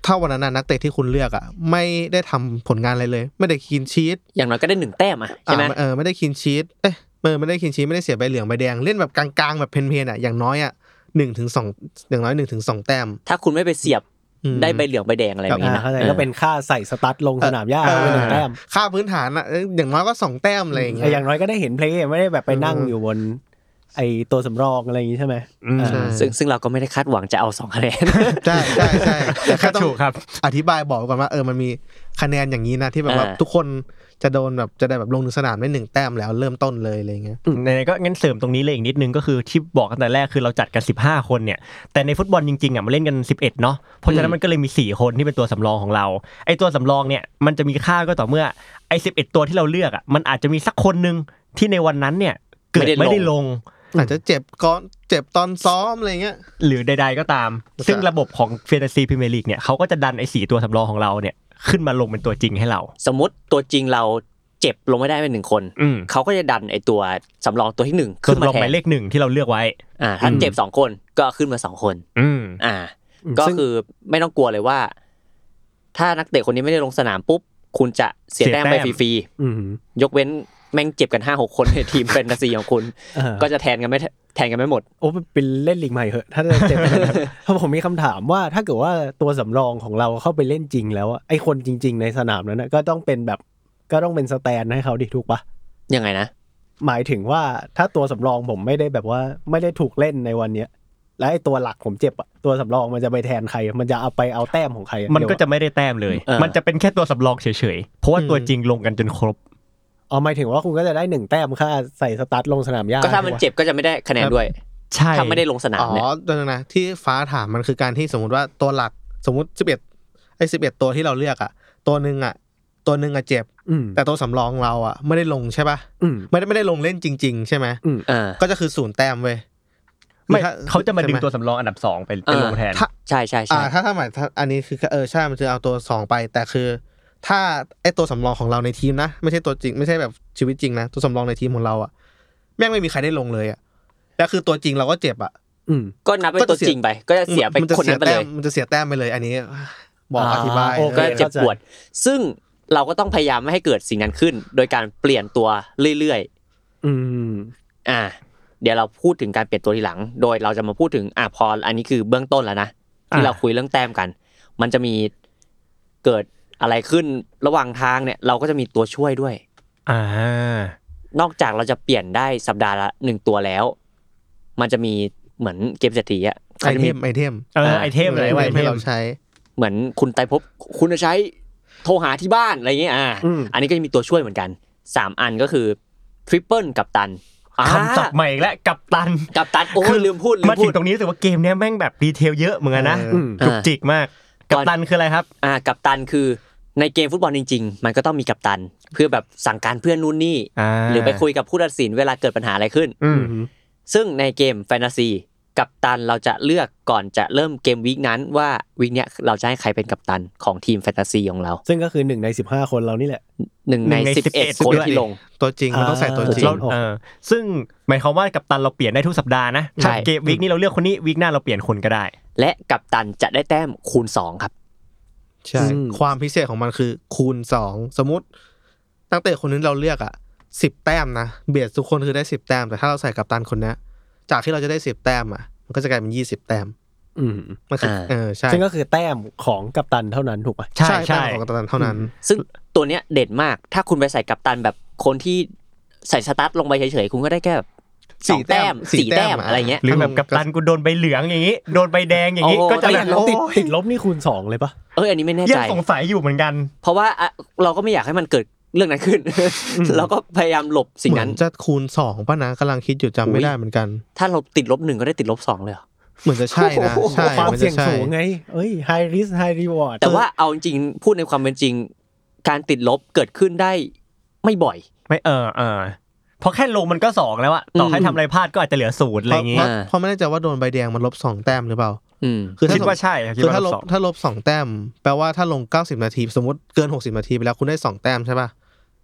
ถ้าวันนั้นนะนักเตะที่คุณเลือกอ่ะ ไม่ได้ทำผลงานอะไรเลย ไม่ได้คินชีต
อย่างน้อยก็ได้หนึ่งแต้มอ่ะใช่ไหม
เออไม่ได้คินชีตเอ้ยเออไม่ได้คินชีตไม่ได้เสียใบเหลืองใบแดงเล่นแบบกลางๆแบบเพลนๆอ่ะอย่างน้อยอ่ะหนึ่งถึงสองอย่างน้อยหนึ่งถึงสองแต้ม
ถ้าคุณไม่ไปเสียบ
อืม
ได้ใบเหลืองใบแดงอะไรแบบ
อ่า
นี้นะ
เข้าใจ
ออ
ก็เป็นค่าใส่สตั๊ดลงสนามหญ้า
เออ
ไปหนึ่งแต้ม
ค่าพื้นฐานอะเอ้ยอย่างน้อยก็สองแต้มอะไรอย่างเงี้
แต่อย่าง
ย
น้อยก็ได้เห็นเพลย์ไม่ได้แบบไปนั่ง
เออ
อ
อ
ยู่บน ไอตัวสำรองอะไรอย่างนี้ใช่ไหม
อืม
อ่า
ใช่
ซึ่งซึ่งเราก็ไม่ได้คาดหวังจะเอาสองคะแน น
ใช่ใช่ใช่แต่แค่
ก็
ต้อง
ถูกครับ
อธิบายบอกก่อนว่าเออมันมีคะแนนอย่างนี้นะที่แบบว่า
อ่า
ทุกคนจะโดนแบบจะได้แบบลงถึงสนามได้หนึ่งแต้มแล้วเริ่มต้นเลยอะไรเงี้ย
ไหนๆก็งั้นเสริมตรงนี้เลยอีกนิดนึงก็คือที่บอกกันแต่แรกคือเราจัดกัน 15 คนเนี่ย แต่ในฟุตบอลจริงๆอ่ะมันเล่นกัน 11 เนาะเพราะฉะนั้นมันก็เลยมี 4 คนที่เป็นตัวสำรองของเราไอ้ตัวสำรองเนี่ยมันจะมีค่าก็ต่อเมื่อไอ้11 ตัวที่เราเลือกอ่ะมันอาจจะมีสักคนหนึ่งที่ในวันนั้นเนี่ยเกิด
ไม่
ไม่
ได้ลง
ได้ลง
อาจจะเจ็บก้อนเจ็บตอนซ้อมอะไรเงี้ย
หรือใดๆก็ตาม
ครับ
ซึ่งระบบของเฟนตาซีพรีเมียร์ลีกเนี่ยเขาก็จะดันไอ้สตัวสำรองของเราเนี่ยขึ้นมาลงเป็นตัวจริงให้เรา
สมมติตัวจริงเราเจ็บลงไม่ได้เป็นหนึ่งคน
อืม
เขาก็จะดันไอตัวสำรองตัวที่หนึ่ง
ตัว
ขึ้นมา
สำรอง
แท
หมานยเลขหนึ่งที่เราเลือกไว้
อ่าถ้าเจ็บสองคนก็ขึ้นมาสองคน
อืม
อ่า ก็คือไม่ต้องกลัวเลยว่า ถ้านักเตะคนนี้ไม่ได้ลงสนามปุ๊บ คุณจะเสีย
เสีย
แต้ม
แต้
ไป
ม
ฟรี
อืม
ๆยกเว้นแม่งเจ็บกันห้าหกคนใน ทีมแฟนตาซีของคุณ
อ่า
ก็จะแทนกันไม่แทนกันไม่หมด
โอ้เป็นเล่นลีกใหม่เหอะ ถ้าจะเจ็บขนาด นั้น เพราะผมมีคำถามว่าถ้าเกิดว่าตัวสำรองของเราเข้าไปเล่นจริงแล้วอะไอคนจริง ๆ ในสนามนั้นนะก็ต้องเป็นแบบก็ต้องเป็นสแตนให้เขาดิถูกปะ
ยังไงนะ
หมายถึงว่าถ้าตัวสำรองผมไม่ได้แบบว่าไม่ได้ถูกเล่นในวันเนี้ยและไอตัวหลักผมเจ็บอะตัวสำรองมันจะไปแทนใครอะมันจะเอาไปเอาแต้มของใครอ
มันก็
เดี๋ยวอ
จะไม่ได้แต้มเลย
เออ
มันจะเป็นแค่ตัวสำรองเฉยๆเพราะว่าตัวจริงลงกันจนครบ
อ๋อหมายถึงว่าคุณก็จะได้หนึ่งแต้มค่าใส่สตาร์ทลงสนามหญ้า
ก็ถ้ามันเจ็บก็จะไม่ได้คะแนนด้วย
ใช่
ถ้าไม่ได้ลงสนาม
อ๋อ
เนี่ย
ตอนนั้นนะที่ฟ้าถามมันคือการที่สมมติว่าตัวหลักสมมติสิบเอ็ดไอ้สิบเอ็ดตัวที่เราเลือกอ่ะ ตัวหนึ่งอ่ะ ตัวหนึ่งอ่ะเจ็บ
อืม
แต่ตัวสำรองเราอ่ะ ไม่ได้ลงใช่ปะ
อืม
ไม่ได้ไม่ได้ลงเล่นจริง ๆ ใช่ไหม
อ่า
ก็จะคือศูนย์แต้มเว้ย
ไม่
คือถ้
เขาจะมาดึงตัว
ใช่ไห
สำรองอันดับสองไปไปลงแทน
ถ้า
ใช่ใช่ใช่
อ่าถ้าถ้าหมายถ้าอันนี้คือเออใช่ มันคือเอาตัวสองไป แต่คือ ถ้าไอตัวสำรองของเราในทีมนะ ไม่ใช่ตัวจริง ไม่ใช่แบบชีวิตจริงนะ ตัวสำรองในทีมของเราอ่ะ แม่งไม่มีใครได้ลงเลยอ่ะ แล้วคือตัวจริงเราก็เจ็บอ่ะ
อืม
ก็นับเป็นตัวจริงไป ก็จะเสียไป
มัจะ
คน
เสี
นั้
ย
นไป
แต้
เล
ม
ย
มันจะเสียแต้มไปเลย อันนี้บอก
อ่า
อธิบาย
โอค
ก็
เออ
จะเจ็บปวด ซึ่งเราก็ต้องพยายามไม่ให้เกิดสิ่งนั้นขึ้น โดยการเปลี่ยนตัวเรื่อยๆ
อืม
อ่าเดี๋ยวเราพูดถึงการเปลี่ยนตัวทีหลัง โดยเราจะมาพูดถึงอ่าพออันนี้คือเบื้องต้นแล้วนะที่
อ่า
เราคุยเรื่องแต้มกัน มันจะมีเกิดอะไรขึ้นระหว่างทางเนี่ย เราก็จะมีตัวช่วยด้วย
อ่าน
อกจากเราจะเปลี่ยนได้สัปดาห์ละหนึ่งตัวแล้ว มันจะมีเหมือนเกมเศรษฐีอะ
ไอเทมไอเทม
เออไอเทมอะไรวะไอเท
ให้
ม
เราใช้
เหมือนคุณไตรภพบคุณจะใช้โทรหาที่บ้านอะไรเงี้ยอ่า
อืม
อันนี้ก็จะมีตัวช่วยเหมือนกันสามอันก็คือทริปเปิลกับตัน อ่า
คำศัพท์ใหม่อีกแล้วกัปตัน
กับตันโอ้ยลืมพูดลื
มาม ถึ
พู
ง
ด
ตรงนี้รู้สึกว่าเกมเนี้ยแม่งแบบดีเทลเยอะเหมือนกันนะ
เออ
อืม
อ
จุกจิกมาก กัปตันคืออะไรครับ
อ่ากับตันคือในเกมฟุตบอลจริง ๆ มันก็ต้องมีกับตัน เพื่อแบบสั่งการเพื่อนนู่นนี่
อ่า
หรือไปคุยกับผู้ตัดสินเวลาเกิดปัญหาอะไรขึ้น
อืม
ซึ่งในเกมแฟนตาซีกับตันเราจะเลือกก่อนจะเริ่มเกมวีคนั้นว่าวีคเนี้ยเราจะให้ใครเป็นกัปตันของทีมแฟนตาซีของเรา
ซึ่งก็คือหนึ่งในสิบห้าคนเรานี่แหละ
หนึ่ง
ห
ใน
นึ่งใน
11
11
คนที่ลง
ตัวจริงมันต้องใส่ตัวจริง
เราเออซึ่งหมายความว่ากัปตันเราเปลี่ยนได้ทุกสัปดาห์นะ
ใช่
ถ้าเกมวีคนี้เราเลือกคนนี้วีคหน้าเราเปลี่ยนคนก็ได้
และกัปตันจะได้แต้มคูณ 2 ครับ
ใช่
อืม
ความพิเศษของมันคือคูณสองสมมตินักเตะคนนึงเราเลือกอ่ะสิบแต้มนะเบียดทุกคนคือได้สิบแต้มแต่ถ้าเราใส่กัปตันคนเนี้ยจากที่เราจะได้สิบแต้มอ่ะมันก็จะกลายเป็นยี่สิบแต้ม
อืม
มันคืออา เออใช่
ซึ่งก็คือแต้มของกัปตันเท่านั้นถูกไหม
ใช่
ใช่
ใช่
แต้มของกัปตันเท่านั้น
ซึ่งตัวเนี้ยเด่นมาก ถ้าคุณไปใส่กัปตันแบบคนที่ใส่สตาร์ทลงไปเฉยๆ คุณก็ได้แค่แบบสองแต้ม
สี่
สี่
แต้
แต้
ม
มอะไรเงี้ย
หรือแบบกัปตันกูโดนใบเหลืองอย่างนี้ โดนใบแดงอย่างนี้
โอ้โห
ก็จะแบบ
ลบติด
โอ้ย
ติดลบนี่คูณสองเลยปะ
เอออันนี้ไม่แน่
ยั
ใจ
งสงสัยอยู่เหมือนกัน
เพราะว่าอ่ะเราก็ไม่อยากให้มันเกิดเรื่องนั้นขึ้น เราก็พยายามหลบสิ่ง
เหมื
นั้
อน นจะคูณสองป่ะนะกำลังคิดอยู่จำ
อุ๊
ไม่
ย
ได้เหมือนกัน
ถ้าเราติดลบหนึ่งก็ได้ติดลบสองเลยเหรอ
เหมือนจะใช่นะใช่
ความ
มัน
เสี่ยง
จะใช่
สูงไง เอ้ย high risk high reward
แต่ว่าเอาจริงๆพูดในความเป็นจริง การติดลบเกิดขึ้นได้ไม่บ่อย
ไม่เออเออเพราะแค่ลงมันก็สองแล้วอะต่อให้ทำอะไรพลาดก็อาจจะเหลือศูนย์อะไร
เพ
อ
ราะ
ย่าง
เพ
งี้
ราะเพราะไม่แน่ใจว่าโดนใบแดงมันลบสองแต้มหรือเปล่า
อืม
คือถ้า
คิดว่าใช่คิด
คือ
ว่า
ถ้าลบ
สอง
ถ้าลบสองแต้มแปลว่าถ้าลงเก้าสิบนาที สมมติเกินหกสิบนาทีไปแล้วคุณได้สองแต้มใช่ป่ะ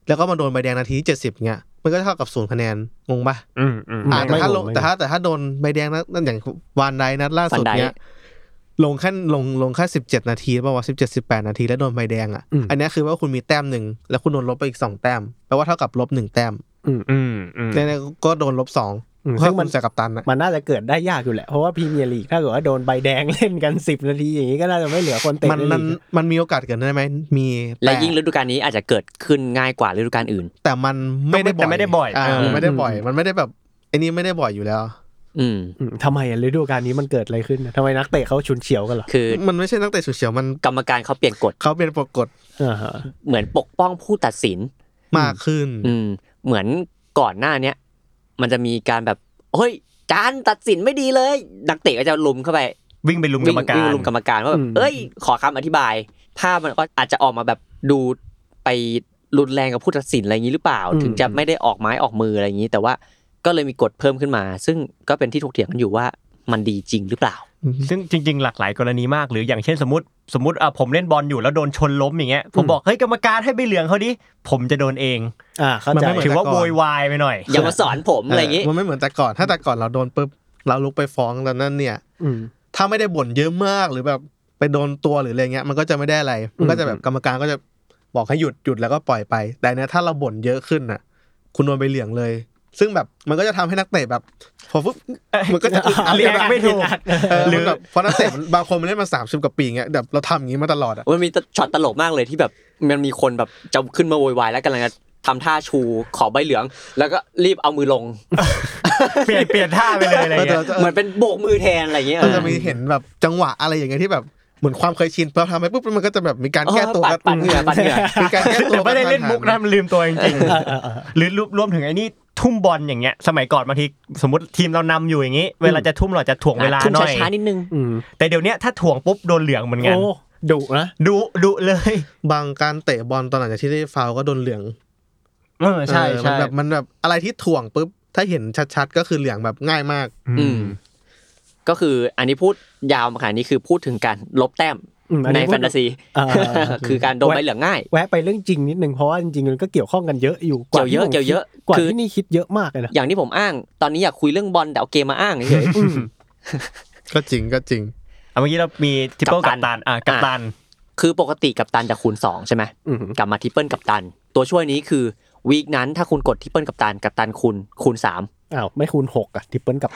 แล้วก็มาโดนใบแดงนาทีที่เจ็ดสิบเงี้ยมันก็เท่ากับศูนย์คะแนนงงป่ะ
อืมอืม
อ่าแต่ถ้าลง
ไม่งง
แต่ถ้าแต่ถ้าโดนใบแดงนัดนั่นอย่างวานไดนัดล่าสุ
วา
ด
นได
เนี้ยลงขั้นลงลงแค่สิบเจ็ดนาทีป่าวว่าสิบเจ็ดสิบแปดนาทีแล้วโดนใบแดงอ่ะ
อืม
อันเนี้ยคือว่าคุณมีแต้มหนึ่งแล้วคุณโดนลบไปอีกสองแต้มแปลว่าเท่ากับลบหนึ่งแต้ม
อืมอืม
เนี่ยเนี่ยก็โดนลบสอง
อืมซึ่
ซึ่ง
งมั
มัน
น
จากกัปตันนะ
มันน่าจะเกิดได้ยากอยู่แหละ เพราะว่าพรีเมียร์ลีกถ้าเกิดว่าโดนใบแดงเล่นกัน 10 นาทีอย่างนี้ก็น่าจะไม่เหลือคนเตะ
มัน
ใน
มัน
ลีก
มันมีโอกาสเกิดได้ไหมมี
และ
แต่
ยิ่งฤดูกาลนี้อาจจะเกิดขึ้นง่ายกว่าฤดูกาลอื่น
แต่มันไม่ได้บ่อย
แต่ไม่ได้บ่อย
า
เออ
มันไม่ได้บ่อย
อืม
มันไม่ได้แบบไอ้นี่ไม่ได้บ่อยอยู่แล้ว
อืม
อืมทำไมอะฤดูกาลนี้มันเกิดอะไรขึ้นนะทำไมนักเตะเขาชุนเฉียวกันเหรอ
คือ
มันไม่ใช่นักเตะฉุดเฉียวมัน
กรรมการเขาเปลี่ยนกฎ
เขาเป็นปรากฏ
อ่าฮะ
เหมือนปกป้องผู้ตัดสิน
มากขึ้น
อืม เหมือนก่อนหน้าเนี้ยมันจะมีการแบบเฮ้ยจานตัดสินไม่ดีเลย นักเตะก็จะลุมเข้าไป
วิ่งไปลุมกรรมกา
วิ่
ร
งวิ่งลุมกรรมการว่าแบบเอ้ย ขอคำอธิบาย ภาพมันก็อาจจะออกมาแบบดูไปรุนแรงกับผู้ตัดสินอะไรอย่างนี้หรือเปล่า ถึงจะไม่ได้ออกไม้ออกมืออะไรอย่างนี้ แต่ว่าก็เลยมีกฎเพิ่มขึ้นมา ซึ่งก็เป็นที่ถกเถียงกันอยู่ว่ามันดีจริงหรือเปล่า
ซึ่งจริง ๆ หลากหลายกรณีมากหรืออย่างเช่นสมมติสมมติอ่ะผมเล่นบอลอยู่แล้วโดนชนล้มอย่างเงี้ยผมบอกเฮ้ยกรรมการให้ใบเหลืองเขาดิผมจะโดนเอง
อ่าเข้า
มัน
ใจ
ไม่เหมือน
ถือว่าโวยวายไปหน่อย
อย่ามาสอนผมอะไรอย่างนี้
เมันไม่เหมือนแต่ก่อน ถ้าแต่ก่อนเราโดนปุ๊บเราลุกไปฟ้องแล้วนั่นเนี่ย
อืม
ถ้าไม่ได้บ่นเยอะมากหรือแบบไปโดนตัวหรืออะไรเงี้ยมันก็จะไม่ได้อะไร มันก็จะแบบกรรมการก็จะบอกให้หยุดหยุดแล้วก็ปล่อยไป แต่เนี้ยถ้าเราบ่นเยอะขึ้นน่ะ คุณโดนไปเหลืองเลย ซึ่งแบบมันก็จะทำให้นักเตะแบบ พอปุ๊บมันก็จะอึดอัด
เรียกไม่ถูก
เออ
หรือ
มันแบบเพราะนักเตะมัน บางคนมันเล่นมาสามสิบกว่าปีเงี้ยแบบเราทำอย่างนี้มาตลอดอ่ะ
มันมีช็อตตลกมากเลยที่แบบมันมีคนแบบจะขึ้นมาโวยวายแล้วกำลังจะทำท่าชูขอใบเหลือง แล้วก็รีบเอามือลง
เปลี่ยนเปลี่ยนท่าไปเลยอะไร
เออแต่
เงี้ย
เราจะ
เหมือนเป็นโบกมือแทนอะไรอย่างเงี้ย
เราจะมีเห็นแบบจังหวะอะไรอย่างเงี้ยที่แบบเหมือนความเคยชินเราทำไปปุ๊บมันก็จะแบบมีการ
เออ
แก้ตัว
ปัดปัดเหงื่อปัดเหงื่อ
มีการแก้ตัว
แต่ไม่ได้เล่นมุกนะมันลืมตัวจริงๆ หรือรวมรวมถึงไอ้นี่ทุ่มบอลอย่างเงี้ยสมัยก่อนบางทีสมมติทีมเรานำอยู่อย่างงี้ เวลาจะทุ่มเราจะถ่วงเวลา
ทุ่ม
หน่อย
ช้าๆนิดนึง
อืม
แต่เดี๋ยวเนี้ยถ้าถ่วงปุ๊บโดนเหลืองเหมือนกัน
โอ้ดุนะ
ดุดุเลย
บางการเตะบอลตอนหลังจากที่ได้ฟาวล์ก็โดนเหลือง
เออใช่
เออมั
ใช่
นแบบมันแบบอะไรที่ถ่วงปุ๊บ ถ้าเห็นชัดๆ ก็คือเหลืองแบบง่ายมาก
อื
อื
ม
มก็คืออันนี้พูดยาวมาขนาดนี้คือพูดถึงการลบแต้ม
อืมอัน
ใน
นี้
แฟนตาซี
อ่า
คือการโดนใบเหลืองง่าย
แวะไปเรื่องจริงนิดนึงเพราะว่าจริงๆมันก็เกี่ยวข้องกันเยอะอยู่ก
เกี่
ว่า
ยว
ที่ผม
เยอะเกี่ยวเยอะ
คิดกว่า
คือ
ที่นี่คิดเยอะมากเลยนะ
อย่างที่ผมอ้าง ตอนนี้อยากคุยเรื่องบอลแต่เอาเกมมาอ้างเฉย
ก็จริงก็จริง
เอาเมื่อกี้เรามีทิปเปิลกั
กัป
ป
ตั
ตั
น
นอ่ะกัปตัน
คือปกติกับตันจะคูณ 2 ใช่ไหม
อือหือ
กลับมาทริปเปิลกับตัน ตัวช่วยนี้คือวีคนั้นถ้าคุณกดทริปเปิลกับตันกับตันคูณคูณ
อ้าวไม่คูณหกอ่ะทิปเปิลกับ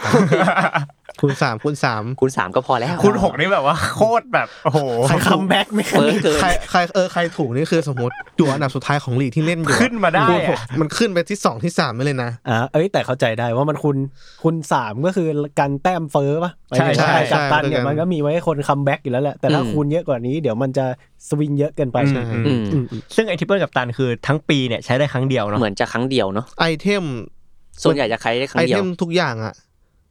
คูณสามคูณสาม
3 คูณ 3 ก็พอแล้ว
คุณหกนี่แบบว่าโคตรแบบโอ้โห
ใครคัมแบ็กไหม
เฟ้อเกิน
ใครใครเออใครถูกนี่คือสมมติอยู่อันดับสุดท้ายของลีกที่เล่นอยู่
ขึ้นมาได้
คูณหก
อะ
มันขึ้นไปที่สองที่สามไปเลยนะ
อ่าเอ้ยแต่เข้าใจได้ว่ามันคูณคูณสามก็คือการแต้มเฟ้อป่ะ
ใช่ใช่
หมายถึงว่า
ใช่
กับตันเนี่ย
ใช่
มันก็มีไว้ให้คนคัมแบ็กอยู่แล้วแหละ แต่ถ้าคูณเยอะกว่านี้เดี๋ยวมันจะสวิงเยอะเกินไป
ใช่
อืม
อืม
อืมอืม
ซึ่งไอ้ทิปเปิลกัปตันคือทั้งปีเนี่ยใช้ได้ครั้งเดียวเนาะ
เหมือนจะครั้งเดียวเนาะ
ไอเทม
ส่วนใหญ่จะใช้ได้ครั้
ไอง
เดี
เท
ยว
มทุกอย่างอะ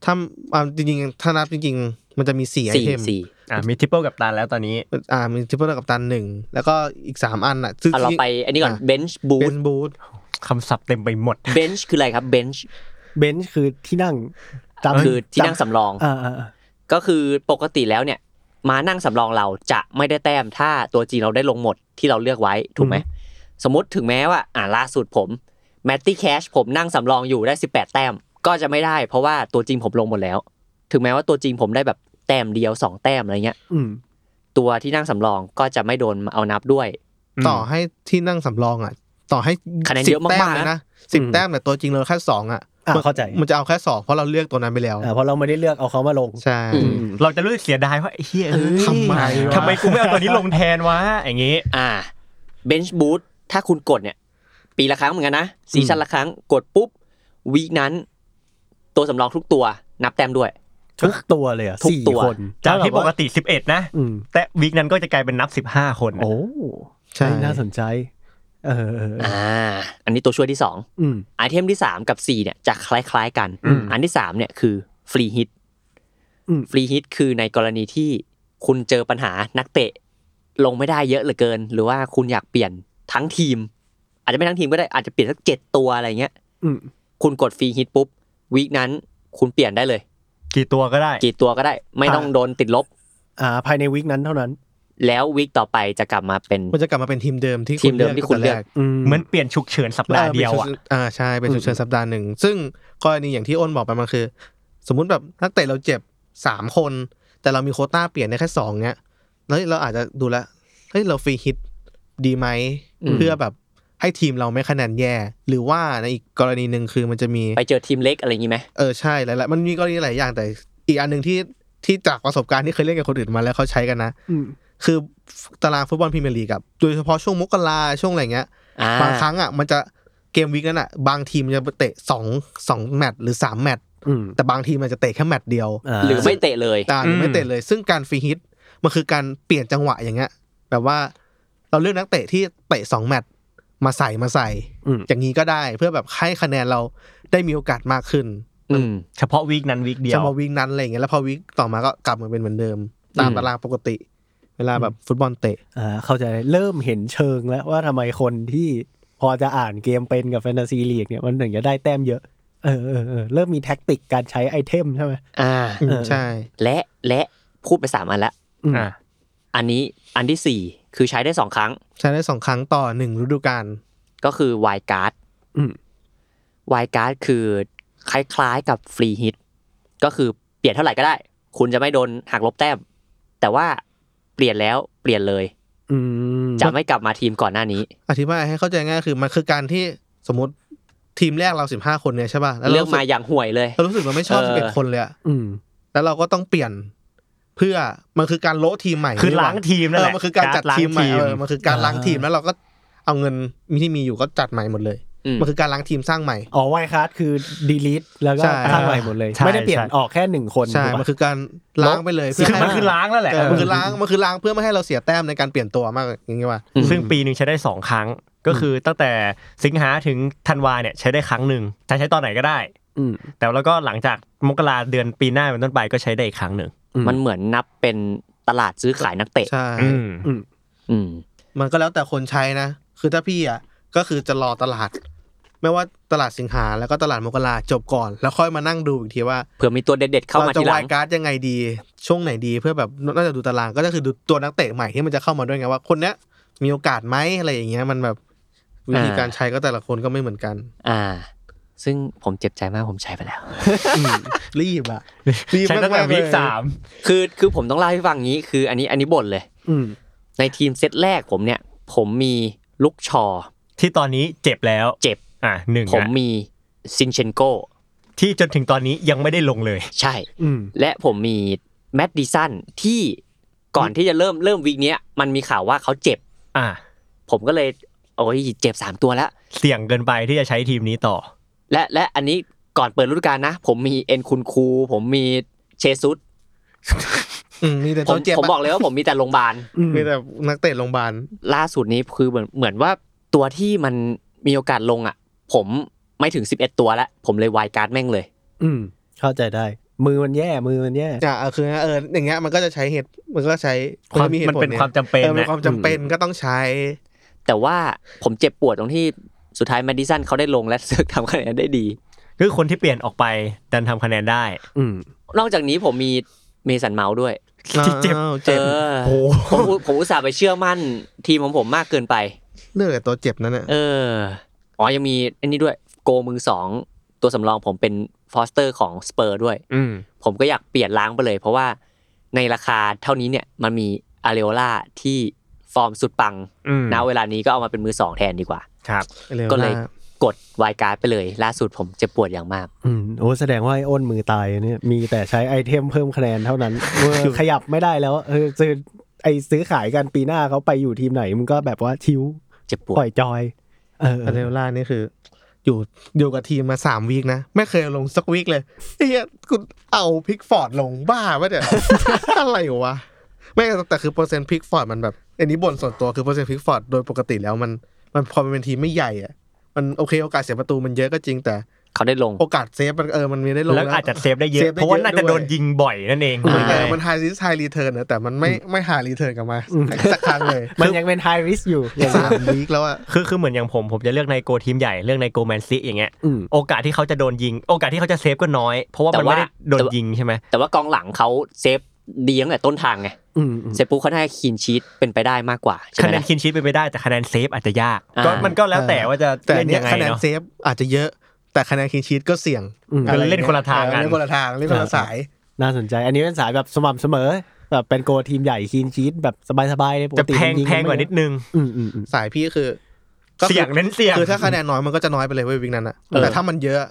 ถ้าอ่าจริงๆถ้านับจริงๆ มันจะมีสี่ไอ
สี่
เทม
สี่
อ่ะมีทิปเปิลกับตันแล้วตอนนี้
อ่ามีทิปเปิลกับตันหนึ่ง แล้วก็อีกสามอันอ่ะซึ่ง
อ่ะเราไปอันนี้ก่อน bench boost
เป็นบูท
คำศัพท์เต็มไปหมด
bench คืออะไรครับ bench
เบนช์คือที่นั่งจำ
คือที่นั่ง
จ
สำรอง
ำอ่าอ่าอ่า
ก็คือปกติแล้วเนี่ย มานั่งสำรองเราจะไม่ได้แต้มถ้าตัวจริงเราได้ลงหมดที่เราเลือกไว้ถูกไหมสมมติถึงแม้ว่า อ่าล่าสุดผมแมตตี้แคชผมนั่งสำรองอยู่ได้ 18 แต้มก็จะไม่ได้ เพราะว่าตัวจริงผมลงหมดแล้ว ถึงแม้ว่าตัวจริงผมได้แบบแต้มเดียวสองแต้มอะไรเงี้ย
อืม
ตัวที่นั่งสำรองก็จะไม่โดนเอานับด้วย
ต่อให้ที่นั่งสำรองอ่ะ ต่อให้
คะแนน
สิ
เย
บ
อะมากๆ
แต้มเลย
นะ
นะสิบ
อืม
แต้มแต่ตัวจริงเราแค่สองอ่ะ
อ่าเข้าใจ
มันจะเอาแค่สองเพราะเราเลือกตัวนั้นไปแล้ว
อ่าเพราะเราไม่ได้เลือกเอาเขามาลง
ใช่
อืม
เราจะรู้สึกเสียดายว่าไอ้เฮียเอ้ย
ทำไมวะ
ทำไมกูไม่เอาตัวนี้ลงแทนวะอย่างงี้
อ่า bench boost ถ้าคุณกดเนี่ย ปีละครั้งเหมือนกันนะซีซั่นละครั้งกดปุ๊บวีคนั้น ตัวสำรองทุกตัว นับแต้มด้วย
ทุกตัวเลยอ่ะ
ทุก
สี่
ตัว
คน
จากที่ปก
ว่า
ติ 11 นะ
อืม
แต่วีคนั้นก็จะกลายเป็นนับ 15 คน
โอ้
ใช่
น่าสนใจ เออเออเออ
อ่า อันนี้ตัวช่วยที่สอง
อืม
ไอเทมที่สามกับสี่เนี่ยจะคล้ายๆกัน อันที่สามเนี่ยคือฟรีฮิต
อืม
ฟรีฮิตคือในกรณีที่คุณเจอปัญหานักเตะ ลงไม่ได้เยอะเหลือเกิน หรือว่าคุณอยากเปลี่ยนทั้งทีม อาจจะไม่ทั้งทีมก็ได้อาจจะเปลี่ยนสักเจ็ดตัวอะไรเงี้ย
อืม
คุณกดฟรีฮิตปุ๊บวีคนั้น คุณเปลี่ยนได้เลย
กี่ตัวก็ได้
กี่ตัวก็ได้ไม่ต้องโดนติดลบ
อ่า ภายในวิกนั้นเท่านั้น
แล้ววีคต่อไปจะกลับมาเป็น
มันจะกลับมาเป็นทีมเดิมที่
ทีมเดิมที่คุณเลือก
ตั้งแต่แร
อืม
เหมือนเปลี่ยนฉุกเฉินสัปดาห์เดียวอ่ะ
ป็นชุอ่าใช่เป็น
อืม
ฉุกเฉินสัปดาห์หนึ่ง ซึ่งกรณีอย่างที่อ้นบอกไปมันคือ สมมุติแบบนักเตะเราเจ็บสามคน แต่เรามีโควต้าเปลี่ยนได้แค่สองเนี้ยแล้วเราอาจจะดูแล้วเฮ้ยเราฟรีฮิตดีไหม
อืม
เพื่อแบบให้ทีมเราไม่คะแนนแย่ หรือว่าในอีกกรณีหนึ่งคือมันจะมี
ไปเจอทีมเล็กอะไรอย่างนี้ไหม
เออใช่หลายๆมันมีกรณีหลายอย่างแต่อีกอันหนึ่งที่ที่จากประสบการณ์ที่เคยเล่นกับคนอื่นมาแล้วเขาใช้กันนะ
อืม
คือตารางฟุตบอลพรีเมียร์ลีกกับโดยเฉพาะช่วงมกราช่วงอะไรเงี้ย
อ่า
บางครั้งอ่ะมันจะเกมวิกนั้นอ่ะบางทีมมันจะเตะสองสองแมตช์หรือสามแมตช์
อืม
แต่บางทีมมันจะเตะแค่แมตช์เดียว
อ่า
หรือไม่เตะเลย
ตาหรือ
อื
ไม่
ม
เตะเลย ซึ่งการฟรีฮิตมันคือการเปลี่ยนจังหวะอย่างเงี้ยแบบว่าเราเลือกนักเตะที่เตะสองแมตช์มาใส่มาใส่
อืม
อย่างนี้ก็ได้เพื่อแบบให้คะแนนเราได้มีโอกาสมากขึ้น
อืม
เฉพาะวีคนั้นวีคเดีย
จะ
ว
มาวิกนั้นอะไรอย่างเงี้ยแล้วพอวิกต่อมาก็กลับมาเป็นเหมือนเดิม ตาม
อืม
ตารางปกติ เวลาแบบฟุตบอลเตะ
อ่า เข้าใจเริ่มเห็นเชิงแล้วว่าทำไมคนที่พอจะอ่านเกมเป็นกับแฟนตาซีลีกเนี่ยมันถึงจะได้แต้มเยอะ เออเออเออเริ่มมีแท็กติกการใช้ไอเทมใช่ไหม
อ่า
อืม
เออ
ใช่
และและพูดไปสามอันละ
อืม
อ่ะ
อันนี้อันที่สี่คือใช้ได้สองครั้ง
ใช้ได้สองครั้งต่อหนึ่งฤดูกาล
ก็คือวายการ์ด
อืม
วายการ์ดคือคล้ายๆกับฟรีฮิตก็คือเปลี่ยนเท่าไหร่ก็ได้ คุณจะไม่โดนหักลบแต้ม แต่ว่าเปลี่ยนแล้วเปลี่ยนเลย
อืม
จะไม่กลับมาทีมก่อนหน้านี้
อธิบายให้เข้าใจง่ายคือมันคือการที่สมมติทีมแรกเราสิบห้าคนเนี่ยใช่ป่ะแล้ว
เลื
เรา
อกมาอย่างห่วยเลย
เรารู้สึกเราไม่ชอบ
เออ
สิบเอ็ดคนเลยอะ
อืม
แล้วเราก็ต้องเปลี่ยนเพื่อมันคือการโละทีมใหม่
คือ
นี่หว่
ล้างทีมนั่น
เอ
แห
อ
ละ
มันคือการจัด
ล้ง
ทีมใหม่เออมันคือการ
อ่า
ล้างทีมแล้วเราก็เอาเงินที่มีอยู่ก็จัดใหม่หมดเลย
อืม
มันคือการล้างทีมสร้างใหม่
อ๋อไวคัสคือดีลิทแล้วก็
ใช่
สร้างใหม่หมดเลย
ใช่
ไม่ได้เปลี่ยน
ใช่
ออกแค่หนึ่งคน
ใช่
ถูก
มัน
ปะ
คือการล้างไปเลย
คือมัน
ให้
คือล้างแล้วแหละ
เออ
เอ
มัน
อ
คือล้างมันคือล้างเพื่อไม่ให้เราเสียแต้มในการเปลี่ยนตัวมากอย่างเงี้ยว่ะ
อืม
ซึ่งปีหนึ่งใช้ได้สองครั้ง ก็คือตั้งแต่สิงหาถึงธันวาเนี่ยใช้ได้ครั้งหนึ่งจะใช้ตอนไหนก็ได้
อืม
แต่แล้วก็หลังจากมกราเดือนปีหน้าเป็นต้นไปก็ใช้ได้อีกครั้งหนึ่ง
มันเหมือนนับเป็นตลาดซื้อขายนักเตะ
ใช่
อืม
อืม
มันก็แล้วแต่คนใช้นะ คือถ้าพี่อ่ะ ก็คือจะรอตลาด ไม่ว่าตลาดสิงหาแล้วก็ตลาดมกราจบก่อน แล้วค่อยมานั่งดูอีกทีว่า
เผื่อมีตัวเด็ดๆเข้ามา
จะ
ทีหลั
วาย
ง
การ์ดยังไงดี ช่วงไหนดีเพื่อแบบน่าจะดูตารางก็จะคือดูตัวนักเตะใหม่ที่มันจะเข้ามาด้วยไงว่า คนเนี้ยมีโอกาสไหมอะไรอย่างเงี้ยมันแบบวิธีการใช้ก็แต่ละคนก็ไม่เหมือนกัน
อ่า ซึ่งผมเจ็บใจมากผมใช้ไปแล้ว
รีบอ่ะรีบ
ใช้ตั้งแต่
มากๆ
วี
เลย
คสาม
คือคือผมต้องเล่าให้ฟังงี้ คืออันนี้อันนี้บ่นเลย
อืม
ในทีมเซตแรกผมเนี่ย ผมมีลุกชอ
ที่ตอนนี้เจ็บแล้ว
เจ็บ
อ่ะหนึ่ง
ผม
ละ
มีซินเชนโก
ที่จนถึงตอนนี้ยังไม่ได้ลงเลย
ใช่
อืม
และผมมีแมดดิสันที่ก่อนที่จะเริ่มเริ่มวีคเนี้ยมันมีข่าวว่าเขาเจ็บ
อ่ะ
ผมก็เลย โอ้ยเจ็บสามตัวแล้ว
เสี่ยงเกินไปที่จะใช้ทีมนี้ต่อ
และและอันนี้ก่อนเปิดฤดูกาลนะ ผมมีเอ็นคุนคู ผมมีเชซุส
อืมมีแต่
ผ
ตั
ม
วเจ็บ
ผม
อะ
บอกเลยว่าผมมีแต่โรงพยาบาล
อืม
มีแต่นักเตะโรงพยาบาล
ล่าสุดนี้คือเหมือนเหมือนว่าตัวที่มันมีโอกาสลงอ่ะ ผม ไม่ถึง 11 ตัวละผมเลยวายการ์ดแม่งเลย
อืม เข้าใจได้ มือมันแย่ มือมันแย่
จะเออคือเอออย่างเงี้ยมันก็จะใช้เหตุมันก็ใช้
ความ
ก็
มันเป็น
ย
ความจำเป็น
เออเป็น
นะ
ความจำเป็นก็ต้องใช้
แต่ว่าผมเจ็บปวดตรงที่สุดท้ายแมดดิสันเขาได้ลงและเสือก ทำคะแนนได้ดี
คือคนที่เปลี่ยนออกไปดันทำคะแนนได้
อืม
นอกจากนี้ผมมีเมสันเมาส์ด้วย
เจ็บ
อ้าว
เอ
เจ็บ
อ
โอ้โห
ผมอุผมอุตส่าห์ไปเชื่อมั่นทีมของผมมากเกินไป
เรื่องแต่ตัวเจ็บนั่นแหละ
เอออ๋อยังมีอันนี้ด้วยโกมือสองตัวสำรองผมเป็นฟอสเตอร์ของสเปอร์ด้วย
อืม
ผมก็อยากเปลี่ยนล้างไปเลย เพราะว่าในราคาเท่านี้เนี่ยมันมีอาเรโอล่าที่ฟอร์มสุดปัง
อืม
ณเวลานี้ก็เอามาเป็นมือสองแทนดีกว่า
ครับ
ร็ว
ก็เลย
มาก
ดวายการ์ดไปเลย ล่าสุดผมเจ็บปวดอย่างมาก
อืมโอ้แสดงว่าไอ้อ้นมือตายเนี่ยมีแต่ใช้ไอเทมเพิ่มคะแนนเท่านั้น เออขยับไม่ได้แล้วเออซื้อไอซื้อขายกันปีหน้าเขาไปอยู่ทีมไหนมึงก็แบบว่าชิว
เจ็บปวด
ปล่อยจอย เออ
อาเรโอล่านี่คือ อยู่อยู่กับทีมมาสามวีคนะ ไม่เคยลงสักวีคเลยไอ้เหี้ยคุณเอาพิกฟอร์ดลงบ้าปะ เนี่ย อะไรวะไม่แต่คือเปอร์เซ็นต์พิกฟอร์ดมันแบบ อันนี้บ่นส่วนตัวคือเปอร์เซ็นต์พิกฟอร์ดโดยปกติแล้วมันมันพอมันเป็นทีมไม่ใหญ่อะมันโอเคโอกาสเสียประตูมันเยอะก็จริงแต่
เขาได้ลง
โอกาสเซฟมันเออมันมีได้ลงน
แล้วอาจจะเซฟได้เยอะ
เซฟได้
เพราะว่า
เยอะ
น่าจะ
ด้วย
โดนยิงบ่อยนั่นเอง
เอ
อ่า
อมันไฮริสไฮรีเทิร์นนะแต่มันไม่ไม่หารีเทิร์นกลับมาสักครั้งเลย
มันยังเป็นไฮริสอยู่อย่าง
สา
เงี้ย
มวีคแล้วอะ
คือคือเหมือนอย่างผมผมจะเลือกในโกทีมใหญ่เลือกในโกแมนซีอย่างเงี้ย
อืม
โอกาสที่เขาจะโดนยิง โอกาสที่เขาจะเซฟก็น้อย เพราะว่า
แต่
มันไม่ได้
ว่า
โดน
แต่ว่า
ยิงใช่ไหม
แต่ว่ากองหลังเขาเซฟดีตั้งแต่ต้นทางไง
อืมอืม
เสร็จปุ๊บเขาได้คีนชีตเป็นไปได้มากกว่าใช่
คะ
ไหม
แนน
นะ
คินชีตเป็นไปได้แต่คะแนนเซฟอาจจะยาก
อ่า
ก็มันก็แล้วแต่ว่าจะ
แต่
เล่น
เนี้
ยั
ย
งไง
คะแนน
เนาะ
เซฟอาจจะเยอะแต่คะแนนคิงชีตก็เสี่ยง
อืม
คือเล่นคนละทางกัน
เออเล่นคนละทางเล่นคนละสาย
น่าสนใจ อันนี้เป็นสายแบบสม่ำเสมอ แบบเป็นโกทีมใหญ่คีนชีตแบบสบายๆเลยปก
จะ
ติ
แพง
ยิ
แพงกว่านิดนึง
อืมอืมอืม
สายพี่คือก็คือ
เสี่ยงเน้นเสี่ยง
คือถ้าคะแนนน้อยมันก็จะน้อยไปเลยเว้ยวิกนั้นอะแต่ถ้ามันเยอะ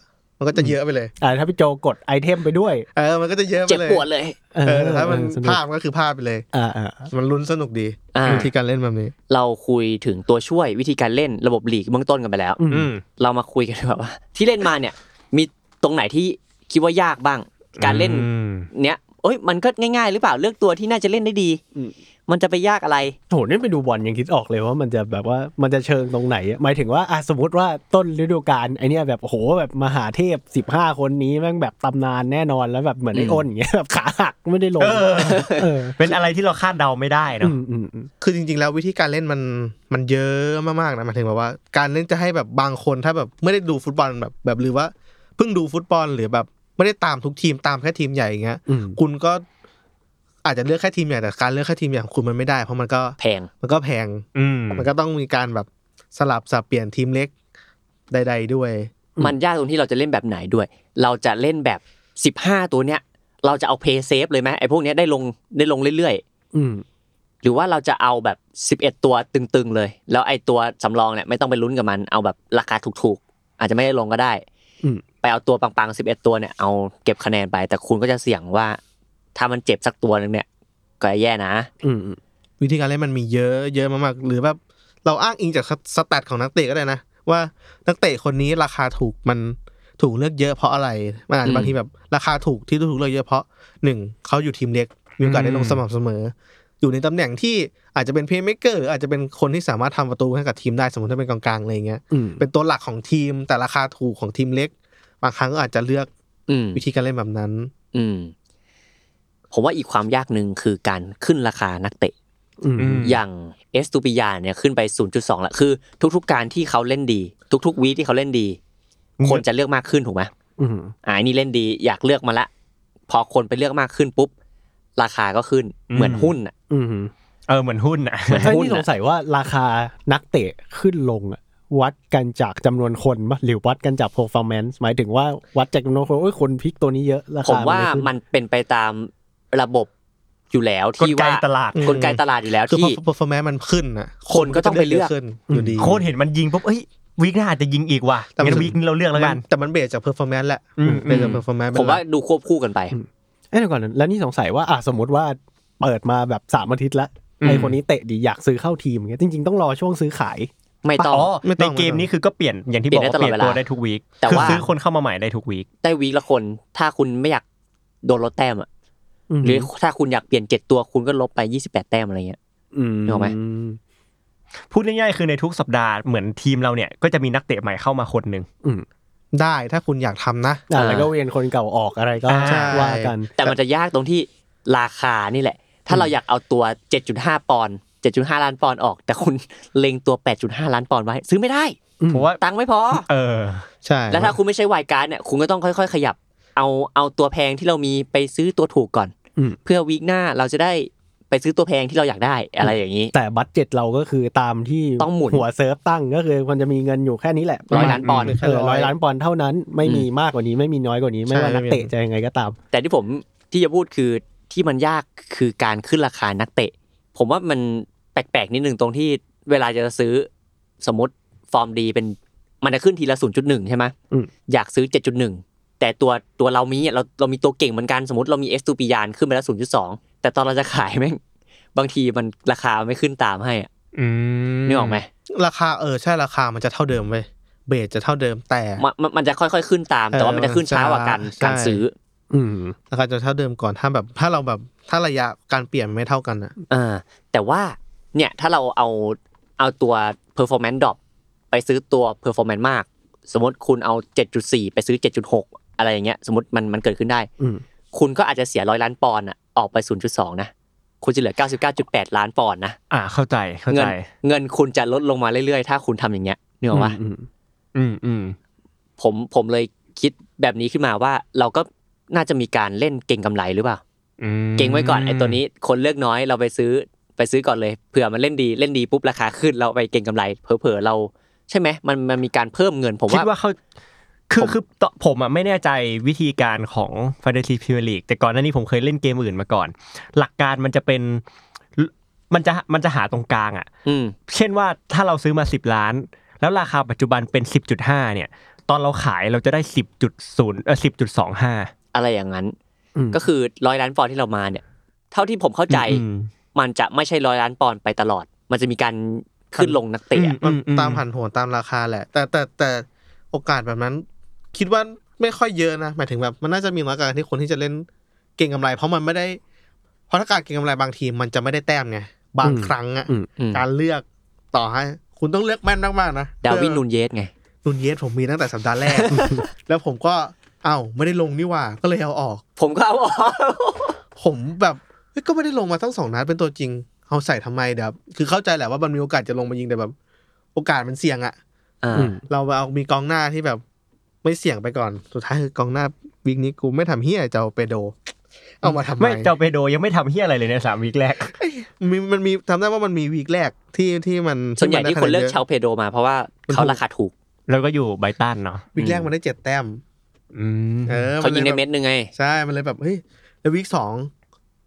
มันก็จะเยอะไปเลย
อ่าถ้าพี่โจกดไอเทมไปด้วย
เออมันก็จะเยอะไป
เจ็บ
เลย
ปวดเลย
เออแต่ถ้ามัน
เออสก
พลาดมันก็คือพลาดไปเลย
อ่าอ่า
มันลุ้นสนุกดี
อ่า
วิธีการเล่นแบบนี้
เราคุยถึงตัวช่วยวิธีการเล่นระบบหลีกเบื้องต้นกันไปแล้ว
อืม
อืม
เรามาคุยกันแบบว่า ที่เล่นมาเนี่ย มีตรงไหนที่คิดว่ายากบ้าง การเล่น
อืม
เนี้ยเอ้ยมันก็ง่ายๆ หรือเปล่าเลือกตัวที่น่าจะเล่นได้ดี มันจะไปยากอะไร
โหนี่ไปดูบอลยังคิดออกเลยว่ามันจะแบบว่ามันจะเชิงตรงไหนอะหมายถึงว่าอ่ะสมมติว่าต้นฤดูกาลไอเนี้ยแบบโอ้โหแบบมหาเทพ 15 คนนี้แม่งแบบตำนานแน่นอนแล้วแบบเหมือนไอ
อืม
อ้นอย่างเงี้ยแบบขาหักไม่ได้ลง
เออ
เออ
เป็นอะไรที่เราคาดเดาไม่ได้
อื
เนาะ
มอืมอืม
คือจริงๆ แล้ววิธีการเล่นมันมันเยอะมากๆนะหมายถึงแบบว่า การเล่นจะให้แบบบางคนถ้าแบบไม่ได้ดูฟุตบอลแบบแบบหรือว่าเพิ่งดูฟุตบอลหรือแบบไม่ได้ตามทุกทีมตามแค่ทีมใหญ่อย่างเงี้ย
อืม
คุณก็อาจจะเลือกแค่ทีมใหญ่แต่การเลือกแค่ทีมใหญ่ของคุณมันไม่ได้ เพราะมันก็
แพง
มันก็แพง
อืม
มันก็ต้องมีการแบบสลับสับเปลี่ยนทีมเล็กใด ๆ ด้วย
มันยากตรงที่เราจะเล่นแบบไหนด้วย เราจะเล่นแบบ 15 ตัวเนี้ยเราจะเอาเพย์เซฟเลยไหมไอ้พวกเนี้ยได้ลงได้ลงเรื่อย
อืม
ๆ หรือว่าเราจะเอาแบบ 11 ตัวตึงๆเลย แล้วไอ้ตัวสำรองเนี่ยไม่ต้องไปลุ้นกับมันเอาแบบราคาถูกๆ อาจจะไม่ได้ลงก็ได้
อืม
ไปเอาตัวปังๆ 11 ตัวเนี่ยเอาเก็บคะแนนไป แต่คุณก็จะเสี่ยงว่า ถ้ามันเจ็บสักตัวหนึงเนี่ย ก็แย่นะ
อืมอืม
วิธีการเล่นมันมีเยอะเยอะมากๆ หรือแบบเราอ้างอิงจากสสแตทของนักเตะก็ได้นะ ว่านักเตะคนนี้ราคาถูกมันถูกเลือกเยอะเพราะอะไรมันอาจ
อื
จะ
ม
บางทีแบบราคาถูกที่ถูกเลือกเยอะเพราะหนึ่งเขาอยู่ทีมเล็กมีโอกาสได้ลงสม่ำเสมอ อยู่ในตำแหน่งที่อาจจะเป็นเพย์เม k เกอร์หรืออาจจะเป็นคนที่สามารถทำประตูให้กับทีมได้สมมติถ้าเป็นกองกลางอะไรอย่างเงี้ย
อืม
เป็นตัวหลักของทีมแต่ราคาถูกของทีมเล็ก บางครั้งก็อาจจะเลือก
อืม
วิธีการเล่นแบบนั้น
อืม ผมว่าอีกความยากหนึ่งคือการขึ้นราคานักเตะ
อืม
อืม
อย่างเอสตูปิยาเนี่ยขึ้นไป 0.2ละคือ ทุกๆการที่เขาเล่นดี ทุกๆวีคที่เขาเล่นดี คนจะเลือกมากขึ้นถูกไหม
อืม
อ่าอันนี่เล่นดีอยากเลือกมาละ พอคนไปเลือกมากขึ้นปุ๊บ ราคาก็ขึ้นเหมือนหุ้นอ่ะ
อืม
เออเหมือนหุ้นอ่ะ
เอ้ย
หุ้น
นี่
อะ
สงสัยว่าราคานักเตะขึ้นลงอะวัดกันจากจำนวนคนปะหรือวัดกันจาก performance หมายถึงว่าวัดจากจำนวนคนโอ้ยคนพลิกตัวนี้เยอะรา
ผม
คา
ว่า
เลยขึ้น
มันเป็นไปตามระบบอยู่แล้วที่ว่าก
ลไกตลาด
กลไกตลาดอยู่แล้ว
คือ
ที่
พอ performance มันขึ้นนะ
คนก็ต้องไปเลือก
ขึ้นอยู่ดี
โคนเห็นมันยิงปุ๊บเอ้ยวีคหน้าอาจจะยิงอีกว่ะ
แต่มัน
งั้นวีคนี้เราเลือกแล้วกัน
มัแต่มันเบสจากเพอร์ฟอร์แมนซ์แหละ
อืม
เบสจากเพอร์ฟอร์แมนซ์
ผมว่าดูควบคู่กันไป
อืม เอ้ยเดี๋ยวก่อนนะแล้วนี่สงสัยว่าอ่ะสมมติว่าเปิดมาแบบสามอาทิตย์แล้ว
อืม
ไอคนนี้เตะดีอยากซื้อเข้าทีมเงี้ยจริง ๆ ต้องรอช่วงซื้อขาย
ไม่ต้อง
อ๋อ
ไม่
ใน
ต้อง
เกมนี้คือก็เปลี่ยนอย่างที่
เปลี่
บอย ก
นได้
ว่าเปลี่ยน
ตลอดเวลา
ตัวได้ทุกวีค
แต่
คือ
ว่า
ซื้อคนเข้ามาใหม่ได้ทุกวีค
ได้วีคละคน ถ้าคุณไม่อยากโดนลดแต้มอ่ะหรือถ้าคุณอยากเปลี่ยนเจ็ดตัวคุณก็ลบไปยี่สิบแปดแต้มอะไรเงี้ย นึกออกไหม
พูดง่ายๆคือในทุกสัปดาห์เหมือนทีมเราเนี่ยก็จะมีนักเตะใหม่เข้ามาคนหนึ่ง
อืม
ได้ถ้าคุณอยากทำนะ
อ่ะ
อ่า
แล้วก็เวียนคนเก่าออกอะไรก็
ใช่
ว่ากัน
แต่มันจะยากตรงที่ราคานี่แหละ ถ้าเราอยากเอาตัว 7.5 ปอนด์7.5 ล้านปอนด์ออก แต่คุณเล็งตัว 8.5 ล้านปอนด์ไว้ ซื้อไม่ได้
ผมว่า
ตังค์ไม่พอ
เออ
ใช่
แล้วถ้าคุณไม่ใช่วายการ์ดเนี่ยคุณก็ต้องค่อย ๆ ขยับ เอาเอาตัวแพงที่เรามีไปซื้อตัวถูกก่อน
อืม
เพื่อวีคหน้าเราจะได้ไปซื้อตัวแพงที่เราอยากได้อะไรอย่างนี้
แต่บัตเจ็ตเราก็คือตามที่
ต้องหมุน
หัวเซิร์ฟตั้งก็คือมันจะมีเงินอยู่แค่นี้แหละ
ร้อยล้านปอนด์
หแค่
เออร้อยล้านปอนด์เท่านั้นไม่มีมากกว่านี้ไม่มีน้อยกว่านี้ไม่ว่า
ใช่
นักเตะจะยังไงก็ตาม
แต่ที่ผมที่จะพูดคือที่มันยากคือการขึ้นราคานักเตะ ผมว่ามันแปลกๆนิดหนึ่งตรงที่เวลาจะซื้อสมมติฟอร์มดีเป็นมันจะขึ้นทีละ 0.1 ใช่ไหม
อืม
อยากซื้อ 7.1 แต่ตัวตัวเรามีอ่ะเราเรามีตัวเก่งเหมือนกันสมมติเรามีเอสตูปิยานขึ้นไปแล้ว 0.2 แต่ตอนเราจะขายแม่งบางทีมันราคาไม่ขึ้นตามให้อ่ะ
อืม
นึกออกไหม
ราคาเออใช่ราคามันจะเท่าเดิมเว้ยเบสจะเท่าเดิมแต่
มันมันมันจะค่อยๆขึ้นตาม แต่ว่ามันจะขึ้นช้ากว่าการ
ใช่
การซื้อ
อืม
ราคาจะเท่าเดิมก่อนถ้าแบบถ้าเราแบบถ้าระยะการเปลี่ยนไม่เท่ากันอ่ะ
อ่าแต่ว่าเนี่ยถ้าเราเอาเอาตัว performance drop ไปซื้อตัว performance มาก สมมติคุณเอา 7.4 ไปซื้อ 7.6 อะไรอย่างเงี้ย สมมติมันมันเกิดขึ้นได้
อืม
คุณก็อาจจะเสียร้อยล้านปอนด์อะออกไป 0.2 นะ คุณจะเหลือ 99.8 ล้านปอนด์นะ
อ่าเข้าใจเข้า
เงิ
ใจ
เงินคุณจะลดลงมาเรื่อยๆ ถ้าคุณทำอย่างเงี้ยนึกออกปะ
อืม
อื
อืม
มอืม
ผมผมเลยคิดแบบนี้ขึ้นมาว่าเราก็น่าจะมีการเล่นเก่งกำไรหรือเปล่า
อืม
เก่งไว้ก่อนไอ้ตัวนี้คนเลือกน้อยเราไปซื้อไปซื้อก่อนเลยเผื่อมันเล่นดีเล่นดีปุ๊บราคาขึ้นเราไปเก่งกำไรเผลอๆเราใช่ไหมมันมันมีการเพิ่มเงินผม
คิด
ว่า
ว่าเขาคือ
ผม
คือตผมอ่ะไม่แน่ใจวิธีการของฟาเดซีพิเวลิกแต่ก่อนหน้านี้ผมเคยเล่นเกมอื่นมาก่อน หลักการมันจะเป็นมันจะมันจะหาตรงกลางอ่ะ
อืม
เช่นว่าถ้าเราซื้อมา 10 ล้าน แล้วราคาปัจจุบันเป็น 10.5 เนี่ย ตอนเราขายเราจะได้ 10.0เออ10.25
อะไรอย่างนั้น
อืม
ก็คือร้อยล้านปอนด์ที่เรามาเนี่ย เท่าที่ผมเข้าใจ
อืม
มันจะไม่ใช่ร้อยล้านปอนด์ไปตลอด มันจะมีการขึ้นลงนักเตะอะ
มัน
อืม
ตามผันผวนตามราคาแหละ แต่แต่แต่โอกาสแบบนั้น คิดว่าไม่ค่อยเยอะนะหมายถึงแบบมันน่าจะมีน้อยกว่าที่คนที่จะเล่นเก่งกำไร เพราะมันไม่ได้เพราะถ้าการเก่งกำไรบางทีมันจะไม่ได้แต้มไงบางครั้งอ่ะ
อืม
อืม
การเลือกต่อให้ คุณต้องเลือกแม่นมากๆนะ
ดาวินนูนเยสไง
นุนเยสผมมีตั้งแต่สัปดาห์แรก แล้วผมก็เอ้าไม่ได้ลงนี่หว่า ก็เลยเอาออก
ผมก็เอาออก
ผมแบบเฮ้ยก็ไม่ได้ลงมาตั้งสองนัดเป็นตัวจริง เอาใส่ทำไมเดี๋ยวคือเข้าใจแหละว่ามันมีโอกาสจะลงมายิงแต่แบบ โอกาสมันเสี่ยงอะ
อ่า
อืม
เราเอามีกองหน้าที่แบบ ไม่เสี่ยงไปก่อน สุดท้ายคือกองหน้าวิกนี้กูไม่ทำเฮียจะเอาเปโด เอามาทำไม
ไม่เจ้าเปโดยังไม่ทำเฮียอะไรเลยในสามวีคแรก
มีมันมีทำได้ว่ามันมีวีกแรกที่ที่มัน
ส่วนใหญ่ที่คนเลือกชาวเพโดมาเพราะว่าเขาราคาถูก
แล้วก็อยู่ไบรตันเนาะ
วีกแรกมันได้เจ็ดแต้ม
อืม
ออ
เขายิงใน
ลแบบ
เม็ดนึงไง
ใช่ มันเลยแบบ เฮ้ย แล้ววิกสอง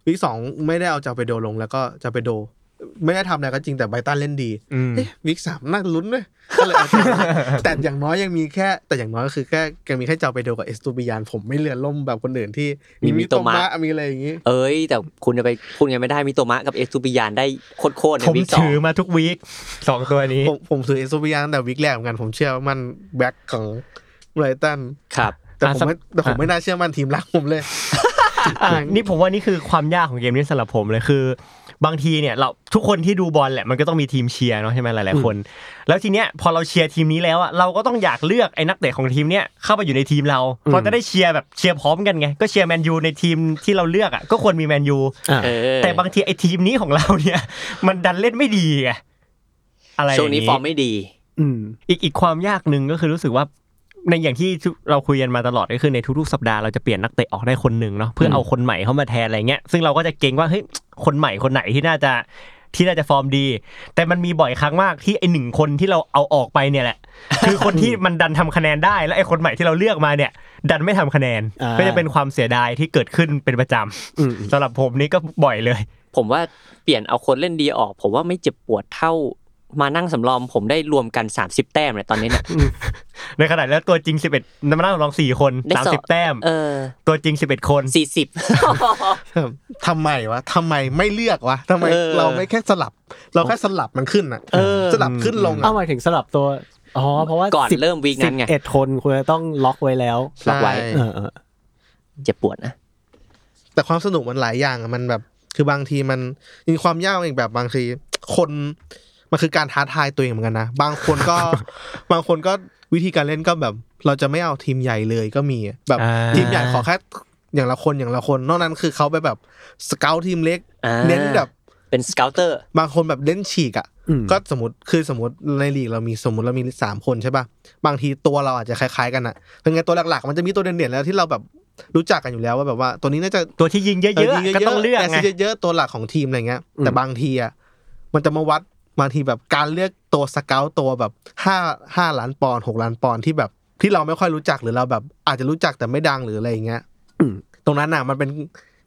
วิกสองไม่ได้เอาจาไปโดลงแล้วก็จาไปโด ไม่ได้ทำอะไรก็จริงแต่ไบรตันเล่นดี
อืม
เอ๊ะวิกสามน่าลุ้นเลยก็เลยเอาจาไปแต่อย่าง น้อยยังมีแค่ แต่อย่างน้อยก็คือแค่แกมีแค่จาไปโดกับเอสตูบิยานผมไม่เลือนล่มแบบคนอื่นที่
มีมิโต มะ
มีอะไรอย่างงี้
เอ้ย แต่คุณจะไปคุณยังไม่ได้มิโตมะกับเอสตูปิยานได้โคตรๆใน
ผม
วิกสอง
ถือมาทุกวีคสองตัวนี้
ผมผมถือเอสตูบิยานแต่วิกแรกเหมือนกันผมเชื่อว่ามันแบ็คของไบรตัน
ครับ
แต่
อ่ะ
ผม
สัก
ไม่แต่ผมไม่น่าเชื่อมันทีมรักผมเลย
อ่ะนี่ผมว่านี่คือความยากของเกมนี้สำหรับผมเลยคือ บางทีเนี่ยเราทุกคนที่ดูบอลแหละมันก็ต้องมีทีมเชียร์เนาะใช่ไหมหลายๆคน แล้วทีเนี้ยพอเราเชียร์ทีมนี้แล้วอ่ะเราก็ต้องอยากเลือกไอ้นักเตะของทีมเนี้ยเข้ามาอยู่ในทีมเราเพราะจะได้เชียร์แบบเชียร์พร้อมกันไงก็เชียร์แมนยูในทีมที่เราเลือกอ่ะก็ควรมีแมนยู
อ่ะ
เออ
แต่บางทีไอ้ทีมนี้ของเราเนี่ย มันดันเล่นไม่ดีไงอะไร
ช่วงนี้
ย่า
ฟอร์มไม่ดี
อืม
อีกอีกความยากหนึ่งก็คือรู้สึกว่าในอย่างที่เราคุยกันมาตลอดก็คือในทุกๆสัปดาห์เราจะเปลี่ยนนักเตะออกได้คนหนึ่งเนาะเพื่อเอาคนใหม่เข้ามาแทนอะไรเงี้ยซึ่งเราก็จะเกรงว่าเฮ้ยคนใหม่คนไหนที่น่าจะที่น่าจะฟอร์มดี แต่มันมีบ่อยครั้งมากที่ไอหนึ่งคนที่เราเอาออกไปเนี่ยแหละ คือคนที่มันดันทำคะแนนได้แล้วไอคนใหม่ที่เราเลือกมาเนี่ย ดันไม่ทำคะแนน
อ่า
ก็จะเป็นความเสียดายที่เกิดขึ้นเป็นประจำ
อืม
สำหรับผมนี่ก็บ่อยเลย
ผมว่าเปลี่ยนเอาคนเล่นดีออก ผมว่าไม่เจ็บปวดเท่ามานั่งสำรองผมได้รวมกัน 30 แต้มเลยตอนนี้เนี่ย
ในขณะแล้วตัวจริง 11น้ำหน้าลองสี่คน
ได้สอง
30 แต้ม
เออ
ตัวจริง 11 คน
สี่สิบ
ทำไมวะทำไมไม่เลือกวะทำไม
เออ
เราไม่แค่สลับ เราแค่สลับมันขึ้นอะสลับขึ้นลงอะ
เอาหมายถึงสลับตัวอ๋อเพราะว่า
ก่อน
สิบ
เริ่ม week นั้นไง
สิบเอ็ดคนควรจะต้องล็อกไว้แล้ว
ล็อกไว้
ใช่
เออเออ
เจ็บปวดนะ
แต่ความสนุกมันหลายอย่างอะมันแบบ คือบางทีมันมีความยากอีกแบบบางทีคนมันคือการท้าทายตัวเองเหมือนกันนะ บางคนก็ บางคนก็วิธีการเล่นก็แบบ เราจะไม่เอาทีมใหญ่เลยก็มีแบบ
อ่า
ทีมใหญ่ขอแค่อย่างละคนอย่างละคน นอกนั้นคือเขาไปแบบสเกลทีมเล็ก
อ่า
เน้นแบบ
เป็นสเกลเตอร์
บางคนแบบเล่นฉีกอ่ะ
อืม
ก็สมมติคือสมมติในลีกเรามีสมมติเรามีสามคนใช่ป่ะบางทีตัวเราอาจจะคล้ายๆกันอ่ะเป็นไงตัวหลักๆ มันจะมีตัวเด่นๆแล้วที่เราแบบรู้จักกันอยู่แล้วว่าแบบว่าตัวนี้น่าจะ
ตัวที่ยิงเยอะ
ยิ
ๆก็ต้องเลือก
แอส
ไง
ซิสต์เยอะๆตัวหลักของทีมอะไรเงี้ยแต่บางทีอ่ะมันจะมาวัดบางทีแบบการเลือกตัวสเกลตัวแบบห้าห้าล้านปอนด์หกล้านปอนด์ที่แบบที่เราไม่ค่อยรู้จักหรือเราแบบอาจจะรู้จักแต่ไม่ดังหรืออะไรอย่างเงี้ย ตรงนั้นน่ะมันเป็น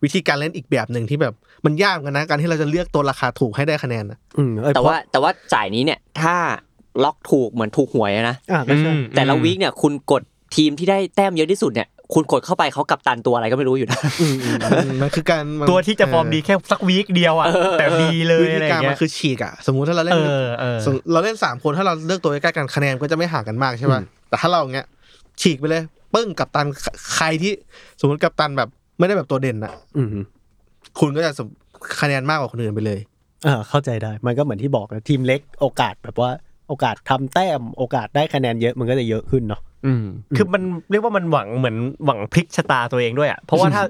วิธีการเล่นอีกแบบหนึ่งที่แบบมันยากเหมือนกันนะการที่เราจะเลือกตัวราคาถูกให้ได้คะแนนน่ะ
อืมเอ้ย
แต่ว่าแต่ว่าจ่ายนี้เนี่ยถ้าล็อกถูกเหมือนถูกหวยอะนะ
อ่ะก็ใช่
อืม
แต่ละวีคเนี่ยคุณกดทีมที่ได้แต้มเยอะที่สุดเนี่ยคุณกดเข้าไปเขากับตันตัวอะไรก็ไม่รู้อยู่นะ
อืมอืม
อืมมันคือการมัน
ตัวที่จะฟอร์มดีแค่สักวีคเดียวอ่ะแต่ดีเลย
วิ
อะ
ธี
ไรอ
การ
ย่าง
มั
เงี้
น
ย
คือฉีกอ่ะสมมุติถ้าเราเล่
เอน อเออ
สมมุติเราเล่นสามคนถ้าเราเลือกตัวใกล้ๆกันคะแนนก็จะไม่ห่างกันมากใช่ป่ะแต่ถ้าเราอย่างเงี้ยฉีกไปเลยปึ้งกับตันใครใครที่สมมติกับตันแบบไม่ได้แบบตัวเด่นอ่ะ
อืม
คุณก็จะสมคะแนนมากกว่าคนอื่นไปเลย
อ่าเข้าใจได้ มันก็เหมือนที่บอกนะทีมเล็กโอกาสแบบว่าโอกาสทำแต้มโอกาสได้คะแนนเยอะมันก็จะเยอะขึ้นเนาะ
คือมันเรียกว่ามันหวังเหมือนหวังพลิกชะตาตัวเองด้วยอ่ะเพราะว่าถ้า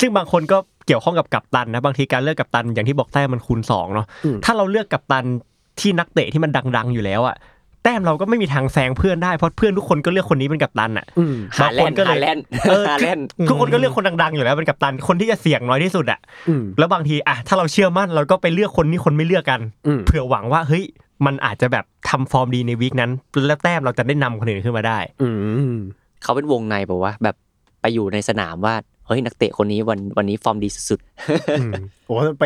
ซึ่งบางคนก็เกี่ยวข้องกับกัปตันนะบางทีการเลือกกัปตันอย่างที่บอกแต้มมันคูณสองเนาะ
อืม
ถ้าเราเลือกกัปตันที่นักเตะที่มันดัง ๆ อยู่แล้วอ่ะแต้มเราก็ไม่มีทางแซงเพื่อนได้เพราะเพื่อนทุกคนก็เลือกคนนี้เป็นกัปตันอ่ะ
อืม
หาแล
บางค
นด์
นก็เลย
หาแลนด์
เออ
หาแลนด์
ทุกคนก็เลือกคนดังๆอยู่แล้วเป็นกัปตันคนที่จะเสี่ยงน้อยที่สุดอ่ะ
อืม
แล้วบางทีอะถ้าเราเชื่อมั่นเราก็ไปเลือกคนที่คนไม่เลือกกัน
อืม
เผื่อหวังว่าเฮ้ยมันอาจจะแบบทำฟอร์มดีในวีคนั้น แล้วแต้มเราจะได้นำคนอื่นขึ้นมาได้
อืม
เขาเป็นวงในแบบว่าแบบไปอยู่ในสนามว่าเฮ้ยนักเตะคนนี้วันวันนี้ฟอร์มดีสุด
โอ้ไป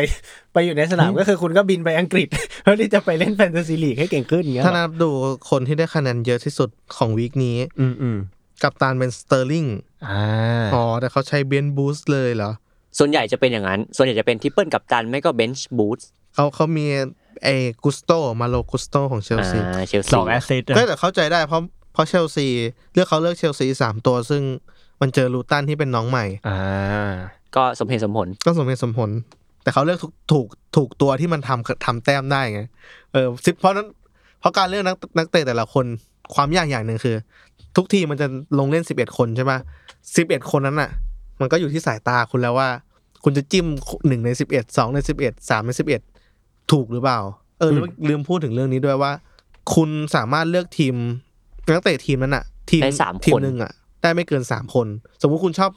ไปอยู่ในสนามก็คือคุณก็บินไปอังกฤษ เพื่อที่จะไปเล่นแฟนตาซีลีกให้เก่งขึ้นอย่างเงี้ย
ถ้านับดูคนที่ได้คะแนนเยอะที่สุดของวีคนี้
อืมอืม
กับตันเป็นสเตอร์ลิง
อ่า
อ๋อแต่เขาใช้เบนบูสเลยเหรอ
ๆ ส่วนใหญ่จะเป็นอย่างนั้น ส่วนใหญ่จะเป็นทิปเปิลกับตันไม่ก็เบนช์บูท
เขาเขามีไอ้กุสโตมาโลกุสโตของเชลซี
เชล
ส
ซี
องแอสซิสต์
ก็แต่เข้าใจได้เพราะเพราะเชลซีเลือกเขาเลือกเชลซีสามตัว ซึ่งมันเจอลูตันที่เป็นน้องใหม่
อ่า
ก็สมเหตุสมผล
ก็สมเหตุสมผล แต่เขาเลือกถูกถูกถูกตัวที่มันทำทำแต้มได้ไงเออสิเพราะนั้นเพราะการเลือกนักนักเตะแต่ละคนความยากอย่างหนึ่งคือ ทุกทีมมันจะลงเล่นสิบเอ็ดคนใช่ปะสิบเอ็ดคนนั้นอ่ะ มันก็อยู่ที่สายตาคุณแล้วว่า คุณจะจิ้มหนึ่งในสิบเอ็ดสองในสิบเอ็ดสามในสิบเอ็ดถูกหรือเปล่า เออลืมลืมพูดถึงเรื่องนี้ด้วยว่า คุณสามารถเลือกทีมนักเตะทีมนั้นอ่ะ ทีม
ได้สาม
ที
ค
ม
น
หนึ่งอ่ะ ได้ไม่เกินสามคน สมมุติคุณชอบ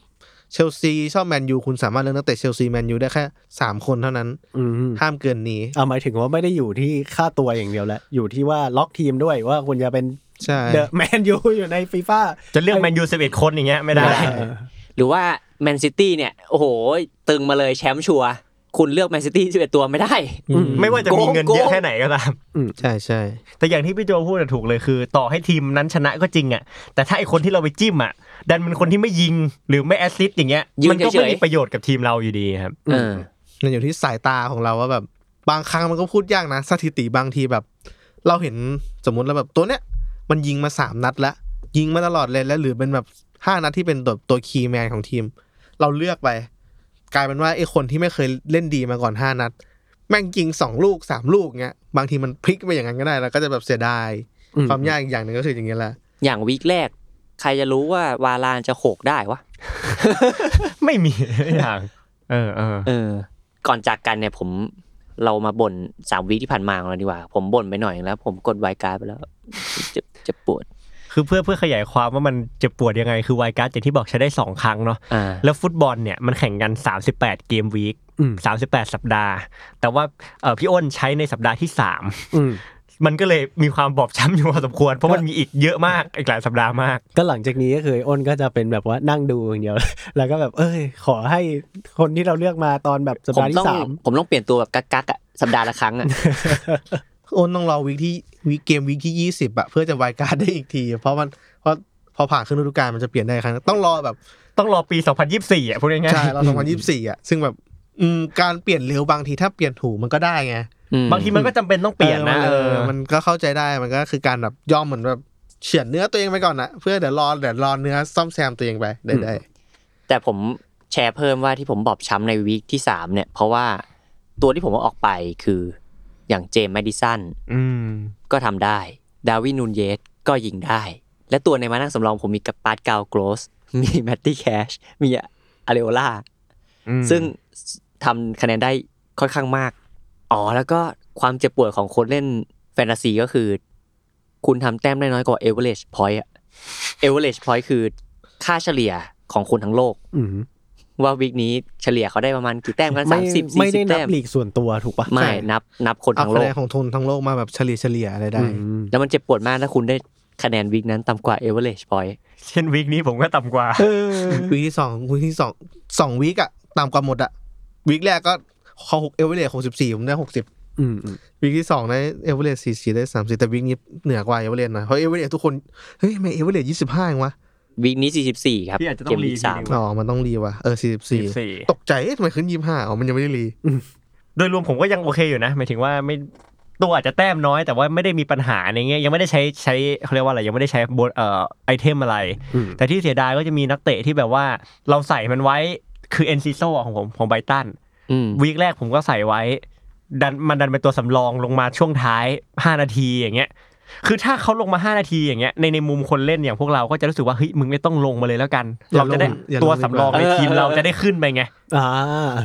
เชลซีชอบแมนยูคุณสามารถเลือกนักเตะเชลซีแมนยูได้แค่สามคนเท่านั้น
อืม
ห้ามเกินนี้
เอาหมายถึงว่าไม่ได้อยู่ที่ค่าตัวอย่างเดียวแหละอยู่ที่ว่าล็อกทีมด้วยว่าคุณจะเป็น
ใช่
เดอะแมนยูอยู่ในฟีฟ่า
จะเลือกแมนยูสิบเอ็ดคนอย่างเงี้ยไม่ได้
หรือว่าแมนซิตี้เนี่ยโอ้โห ตึงมาเลยแชมป์ชัวร์คุณเลือกแมนซิตี้11ตัวไม่ได้
อืม
ไม่ว่าจะมีเงินเยอะแค่ไหนก็ตาม
ใช่ใช่
แต่อย่างที่พี่โจพูดอะถูกเลยคือ ต่อให้ทีมนั้นชนะก็จริงอ่ะแต่ถ้าไอคนที่เราไปจิ้มอ่ะดันเป็นคนที่ไม่ยิงหรือไม่แอสซิสต์อย่างเงี้ย
ยืน
มัก็ไม่
เฉ
มี
ยๆ
ประโยชน์กับทีมเราอยู่ดีครับ
เออ
มันอยู่ที่สายตาของเราว่าแบบ บางครั้งมันก็พูดยากนะสถิติบางทีแบบ เราเห็นสมมติเราแบบตัวเนี้ยมันยิงมาสามนัดแล้ว ยิงมาตลอดเลยแล้วหรือเป็นแบบห้านัดที่เป็นตัวตัวคีย์แมนของทีม เราเลือกไป กลายเป็นว่าไอ้คนที่ไม่เคยเล่นดีมาก่อนห้านัด แม่งยิงสองลูกสามลูกเงี้ยบางทีมันพลิกไปอย่างนั้นก็ได้แล้วก็จะแบบเสียดาย
อืม
ความยากอีกอย่างหนึ่งก็คืออย่างเงี้ยแหละ
อย่างวีคแรก ใครจะรู้ว่าวาลานจะโขกได้วะ
ไม่มี อย่าง เออเออ
เออ ก่อนจากกันเนี่ยผมเรามาบ่นสามวีคที่ผ่านมาของเราดีกว่า ผมบ่นไปหน่อยแล้ว ผมกดไวการ์ดไปแล้วเจ็บเจ็บปวด
คือเพื่อเพื่อขยายความว่ามันเจ็บปวดยังไง คือไวการ์ดอย่างที่บอกใช้ได้ 2 ครั้งเนาะ
อ่า
แล้วฟุตบอลเนี่ยมันแข่งกัน 38 เกมวีค
อืม
สามสิบแปดสัปดาห์ แต่ว่าเอ่อพี่อ้นใช้ในสัปดาห์ที่
อืม
3 มันก็เลยมีความบอบช้ำอยู่พอสมควร เพราะมันมีอีกเยอะมากอีกหลายสัปดาห์มาก
ก็หลังจากนี้ก็คืออ้นก็จะเป็นแบบว่านั่งดูอย่างเดียว แล้วก็แบบเอ้ย ขอให้คนที่เราเลือกมาตอนแบบสัป
ผม
ดาห์
ต้อ
ที่
ง
สาม
ผมต้องเปลี่ยนตัวแบบกักกักๆอะสัปดาห์ละครั้งอะ
โอนต้องรอวีคที่วีคเกมวีคที่ยี่สิบอะเพื่อจะไวการ์ดได้อีกที เพราะมันเพราะพอผ่านขึ้นฤดูกาลมันจะเปลี่ยนได้อีกครั้งต้องรอ แบบ
ต้องรอปี 2024อ่ะพูดง่าย
ใช่เราสองพันยี่สิบสี่อะซึ่งแบบอืมการเปลี่ยนเร็วบางทีถ้าเปลี่ยนถูกมันก็ได้ไง
อืม
ๆบางทีมันก็จำเป็นต้องเปลี่ยนนะ
เอ
เอ
อ
อ
มัมันก็เข้าใจได้มันก็คือการแบบย่อมเหมือนแบบเฉือนเนื้อตัวเองไปก่อนนะเพื่อเดี๋ยวรอเดี๋ยวรอเนื้อซ่อมแซมตัวเองไปได้ได้
แต่ผมแชร์เพิ่มว่าที่ผมบอบช้ำในวีคที่สามเนี่ย เพราะว่าตัวที่ผมเอาออกไปคืออย่างเจมส์แมดิสัน
อืม
ก็ทำได้ ดาร์วินนูนเยสก็ยิงได้ และตัวในมานั่งสำรองผมมีกับปาร์ตกาวโกรส มีแมตตี้แคช มีอเลโอล่า
อืม
ซึ่งทำคะแนนได้ค่อนข้างมาก อ๋อ แล้วก็ความเจ็บปวดของคนเล่นแฟนตาซีก็คือ คุณทำแต้มได้น้อยกว่าเอเวอเรจพอยต์เอเวอเรจพอยต์คือค่าเฉลี่ยของคนทั้งโลก
อืม
ว่าวีคนี้เฉลี่ยเขาได้ประมาณกี่แต้มกัน
ไม่
สามสิบ
ไม่
สี่สิ
ได้
บ
นั
แต้
บ
ม
ลีกส่วนตัวถูกปะ
ไม่นับนับคน
เอา
ทั้งโล
คะแน
ก
นของทุนทั้งโลกมาแบบเฉลี่ยเฉลี่ยอะไรได้
อืม
แล้วมันเจ็บปวดมากถ้าคุณได้คะแนนวีคนั้นต่ำกว่าเอเวอเรจพอยต์
เช่นวีคนี้ผมก็ต่ำกว่า
วีคที่สองวีคที่สองสองวีคอะต่ำกว่าหมดอะวีคแรกก็เขาหกเอเวอเรสหกสิบสี่ผมได้หกสิบ
อืมอืม
วีคที่สองได้เอเวอเรสสี่สี่ได้สามสิบแต่วีคนี้เหนือกว่าเอเวอเรสหน่อยเพราะเอเวอเรสทุกคนเฮ้ยทำไมเอเวอเรสยี่สิบห้าเองวะ
วีคนี้สี่สิบสี่ครับ
พี่อาจจะต้
เก
อ
ม
งรี
วีคสาม
ทีหนึ่ง
อ๋อมันต้องรีว่ะเออสี่สิบสี่
สี่
ตกใจเอ๊ะทำไมขึ้นยี่สิบห้าอ๋อมันยังไม่ได้รี
โดยรวมผมก็ยังโอเคอยู่นะหมายถึงว่าไม่ตัวอาจจะแต้มน้อยแต่ว่าไม่ได้มีปัญหาในเงี้ยยังไม่ได้ใช้ใช้เขาเรียกว่าอะไรยังไม่ได้ใช้บนเอ่อไอเทมอะไร
อืม
แต่ที่เสียดายก็จะมีนักเตะที่แบบว่าเราใส่มันไว้คือเอนซิโซของผมของไบรตัน วีคแรกผมก็ใส่ไว้ ดันมันดันเป็นตัวสำรองลงมาช่วงท้าย 5 นาทีอย่างเงี้ย คือถ้าเขาลงมา 5 นาทีอย่างเงี้ยในในมุมคนเล่นอย่างพวกเราก็จะรู้สึกว่าเฮ้ยมึงไม่ต้องลงมาเลยแล้วกัน เราจะได้ตัวสำรองในทีมเราจะได้ขึ้นไปไง
อ่า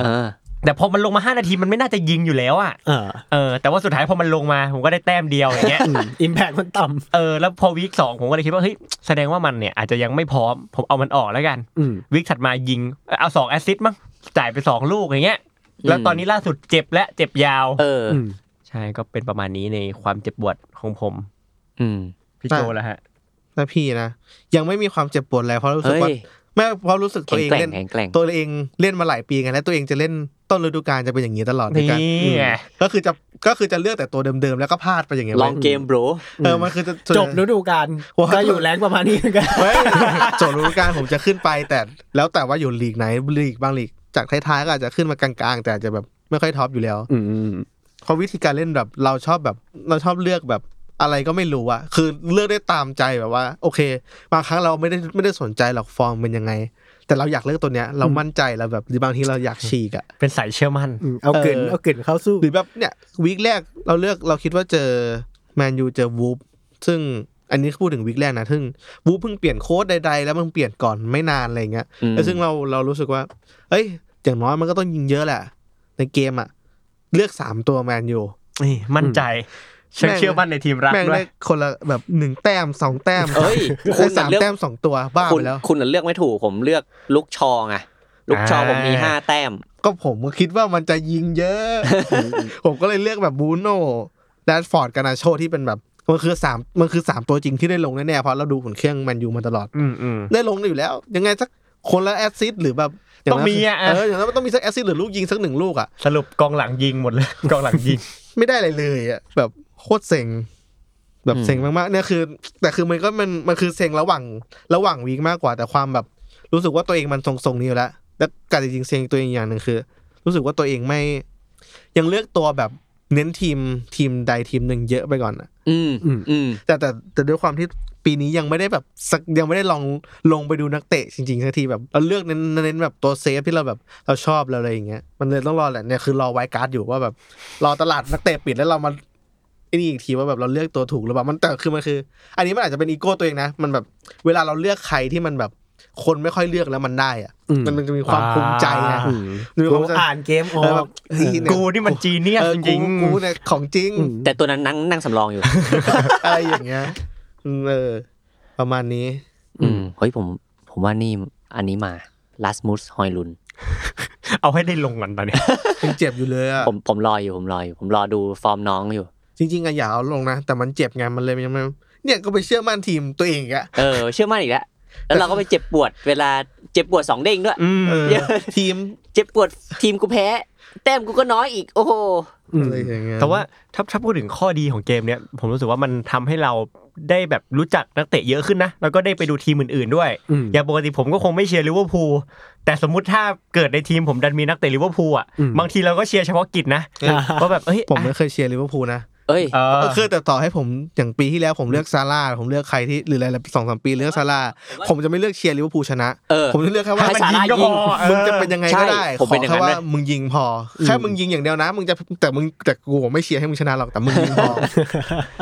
เออ
แต่พอมันลงมา 5 นาทีมันไม่น่าจะยิงอยู่แล้วอ่ะ
อ่า
เออแต่ว่าสุดท้ายพอมันลงมาผมก็ได้แต้มเดียวอย่างเงี้ย
อิมแพคมันต่
เออแล้วพอวีคสองผมก็เลยคิดว่าเฮ้ยแสดงว่ามันเนี่ยอาจจะยังไม่พร้อมผมเอามันออกแล้วกัน
ำอืม
วิกถัดมายิงเอาสองแอสซิสต์มั้งจ่ายไปสองลูกอย่างเงี้ย
อืม
แล้วตอนนี้ล่าสุดเจ็บและเจ็บยาว
เออ
อืม
ใช่ก็เป็นประมาณนี้ในความเจ็บปวดของผม
อืม
พี่โจแล้วฮะ
นะพี่นะยังไม่มีความเจ็บปวดอะไรเพราะรู้สึก
เฮ้
ว่าย ไม่เพราะรู้สึกตั
แข็
ว
งแกร่ง
เองเล่น
แข็งแกร่ง
ตัวเองเล่นมาหลายปีไงและตัวเองจะเล่นต้นฤดูกาลจะเป็นอย่างนี้ตลอดใน
นี่
การ
ไง
ก็คือจะก็คือจะเลือกแต่ตัวเดิมๆแล้วก็พลาดไปอย่างเงี้ย
ลองเกม bro
เออมันคือจะ
จบฤดูกาล
ว้าว
ก็อยู่แรงประมาณนี้เหมือนกัน
เฮ้ยโจทย์ฤดูกาลผมจะขึ้นไปแต่แล้วแต่ว่าอยู่ลีกไหนลีกบางลีกจากท้ายๆก็อาจจะขึ้นมากลางๆ แต่อาจจะแบบไม่ค่อยท็อปอยู่แล้ว
อืม
เพราะวิธีการเล่นแบบเราชอบแบบเราชอบเลือกแบบอะไรก็ไม่รู้อะคือเลือกได้ตามใจแบบว่า โอเค บางครั้งเราไม่ได้ไม่ได้สนใจหรอกฟอร์มเป็นยังไง แต่เราอยากเลือกตัวเนี้ยเรามั่นใจเราแบบหรือบางทีเราอยากฉีกอะ
เป็นสายเชื่อมั่น
อืมเอาเกิน
เออ
เอาเกินเข้าสู้
หรือแบบเนี่ยวีคแรกเราเลือกเราคิดว่าเจอแมนยูเจอวูฟซึ่งอันนี้พูดถึงวีคแรกนะซึ่งวูฟเพิ่งเปลี่ยนโค้ดใดๆแล้วมันเปลี่ยนก่อนไม่นานอะไรเงี้ย
อืม
แล้วซึ่งเราเรารู้สึกว่า เอ้ย อย่างน้อยมันก็ต้องยิงเยอะแหละ ในเกมอ่ะ เลือกสามตัวแมนยู
นี่มั่นใจเชื่อ
แม่ง
เชื่อมั่นในทีมรัก
แม่ง
ด้ว
ได้
ย
คนละแบบหนึ่งแต้มสองแต้ม
เอ้ยคุณ
ได้
น่ะ
สาม
เลือก
แต้มสองตัวบ้า
คุณ
ไปแล้ว
คุณน่ะเลือกไม่ถูกผมเลือกลูกชอไงลูกชอผมมีห้าแต้ม
ก็ผมก็คิดว่ามันจะยิงเยอะ ผมก็เลยเลือกแบบบูโน่แดชฟอร์ดกานาโชที่เป็นแบบมันคือสามมันคือสามตัวจริงที่ได้ลงแน่ๆเพราะเราดูผลเครื่องแมนยูมาตลอด
อืมอืม
ได้ลงอยู่แล้ว ยังไงสักคนละแอสซิสต์หรือแบบย่า
ต้อง
นั้น
มีอะ
เอออย่างนั้นมันต้องมีสักแอสซิสต์หรือลูกยิงสักหนึ่งลูกอ่ะ
สรุปกองหลังยิงหมดเลย กองหลังยิง
ไม่ได้อะไรเลยอ่ะแบบโคตรเซ็งแบบ
อืม
เซ็งมากๆเนี่ยคือ แต่คือมันก็มันมันคือเซ็งระหว่างระหว่างวีคมากกว่า แต่ความแบบรู้สึกว่าตัวเองมันทรงๆนี้อยู่แล้วแล้วการจริงๆเซ็งตัวเองอย่างหนึ่งคือ รู้สึกว่าตัวเองไม่ ยังเลือกตัวแบบเน้นทีมทีมใดทีมหนึ่งเยอะไปก่อนอะ
อืมอืม
แต่แต่แต่ด้วยความที่ปีนี้ยังไม่ได้แบบสักยังไม่ได้ลองลงไปดูนักเตะจริงๆสักทีแบบเราเลือกเน้นเน้นแบบตัวเซฟที่เราแบบเราชอบเราอะไรอย่างเงี้ยมันเลยต้องรอแหละเนี่ยคือรอไวการ์ดอยู่ว่าแบบ รอตลาดนักเตะปิดแล้วเรามาไอ้นี่อีกทีว่าแบบเราเลือกตัวถูกหรือเปล่ามันแต่คือมันคือ อันนี้มันอาจจะเป็นอีโก้ตัวเองนะ มันแบบเวลาเราเลือกใครที่มันแบบ คนไม่ค่อยเลือกแล้วมันได้อะ
อืม
มันมันจะมีความภูมิใจนะ
อื
มีค
กู
วามภูมิใจ
อ่านเกมออ
เออแบ
ก
บเฮ้ยเย
กูนี่มันจีเนียส
เออ
จ
กู
ริงๆ
กูเนี่ยของจริง
อืม
แต่ตัวนั้นนั่งนั่งสำรองอยู่
อะไรอย่างเงี้ยอืมเออ ประมาณนี้
อืมเฮ้ยผมผมว่านี่อันนี้มาลัสมุสฮอยลุน
เอาให้ได้ลงกันตอนเนี้ย
ยังเจ็บอยู่เลยอะ
ผมผมรออยู่ผมรออยู่ผมรอดูฟอร์มน้องอยู่
จริงๆอะอยากเอาลงนะ แต่มันเจ็บไงมันเลยยังไม่เนี่ยก็ไปเชื่อมั่นทีมตัวเองอีกอะ
เออ เชื่อมั่นอีกแล้ว แล้วเราก็ไปเจ็บปวด เวลาเจ็บปวดสองเด้งด้วย
อืม
เออ
เยอะ
ทีม
เจ็บปวดทีมกูแพ้ แต้มกูก็น้อยอีก โอ้โห
อืม
อะไรอย่างเงี้ย
แต่ว่าถ้าถ้าพูดถึงข้อดีของเกมเนี้ยผมรู้สึกว่ามันทำให้เราได้แบบรู้จักนักเตะเยอะขึ้นนะแล้วก็ได้ไปดูทีมอื่นๆด้วย
อืม
อย่างปกติผมก็คงไม่เชียร์ลิเวอร์พูลแต่สมมติถ้าเกิดในทีมผมดันมีนักเตะลิเวอร์พูลอ่ะ
อืม
บางทีเราก็เชียร์เฉพาะกิจนะ
เออ
เพราะแบบเอ้ย
ผม
อ่ะ
ไม่เคยเชียร์ลิเวอร์พูลนะ
เอ้ย
เออ
คือแต่ต่อให้ผมอย่างปีที่แล้วผมเลือกซาร่าผมเลือกใครที่หรืออะไรสองสามปีเลือกซาร่าผมจะไม่เลือกเชียร์ลิเวอร์พูลชนะ
เออ
ผมจะเลือกแค่ว่า
ให้
มัน
ซา
ยิ
ร่าง
ก็
ยิ
พ
ง
อมึงจะเป็นยังไงก็ได้
ใช่
ข
ผ
อ
มเป็นอย่างนั้น
แค่ว่า
เลย
มึงยิงพอแค่มึงยิงอย่างเดียวนะ มึงจะแต่มึงแต่กูไม่เชียร์ให้มึงชนะหรอกแต่มึงยิงพอ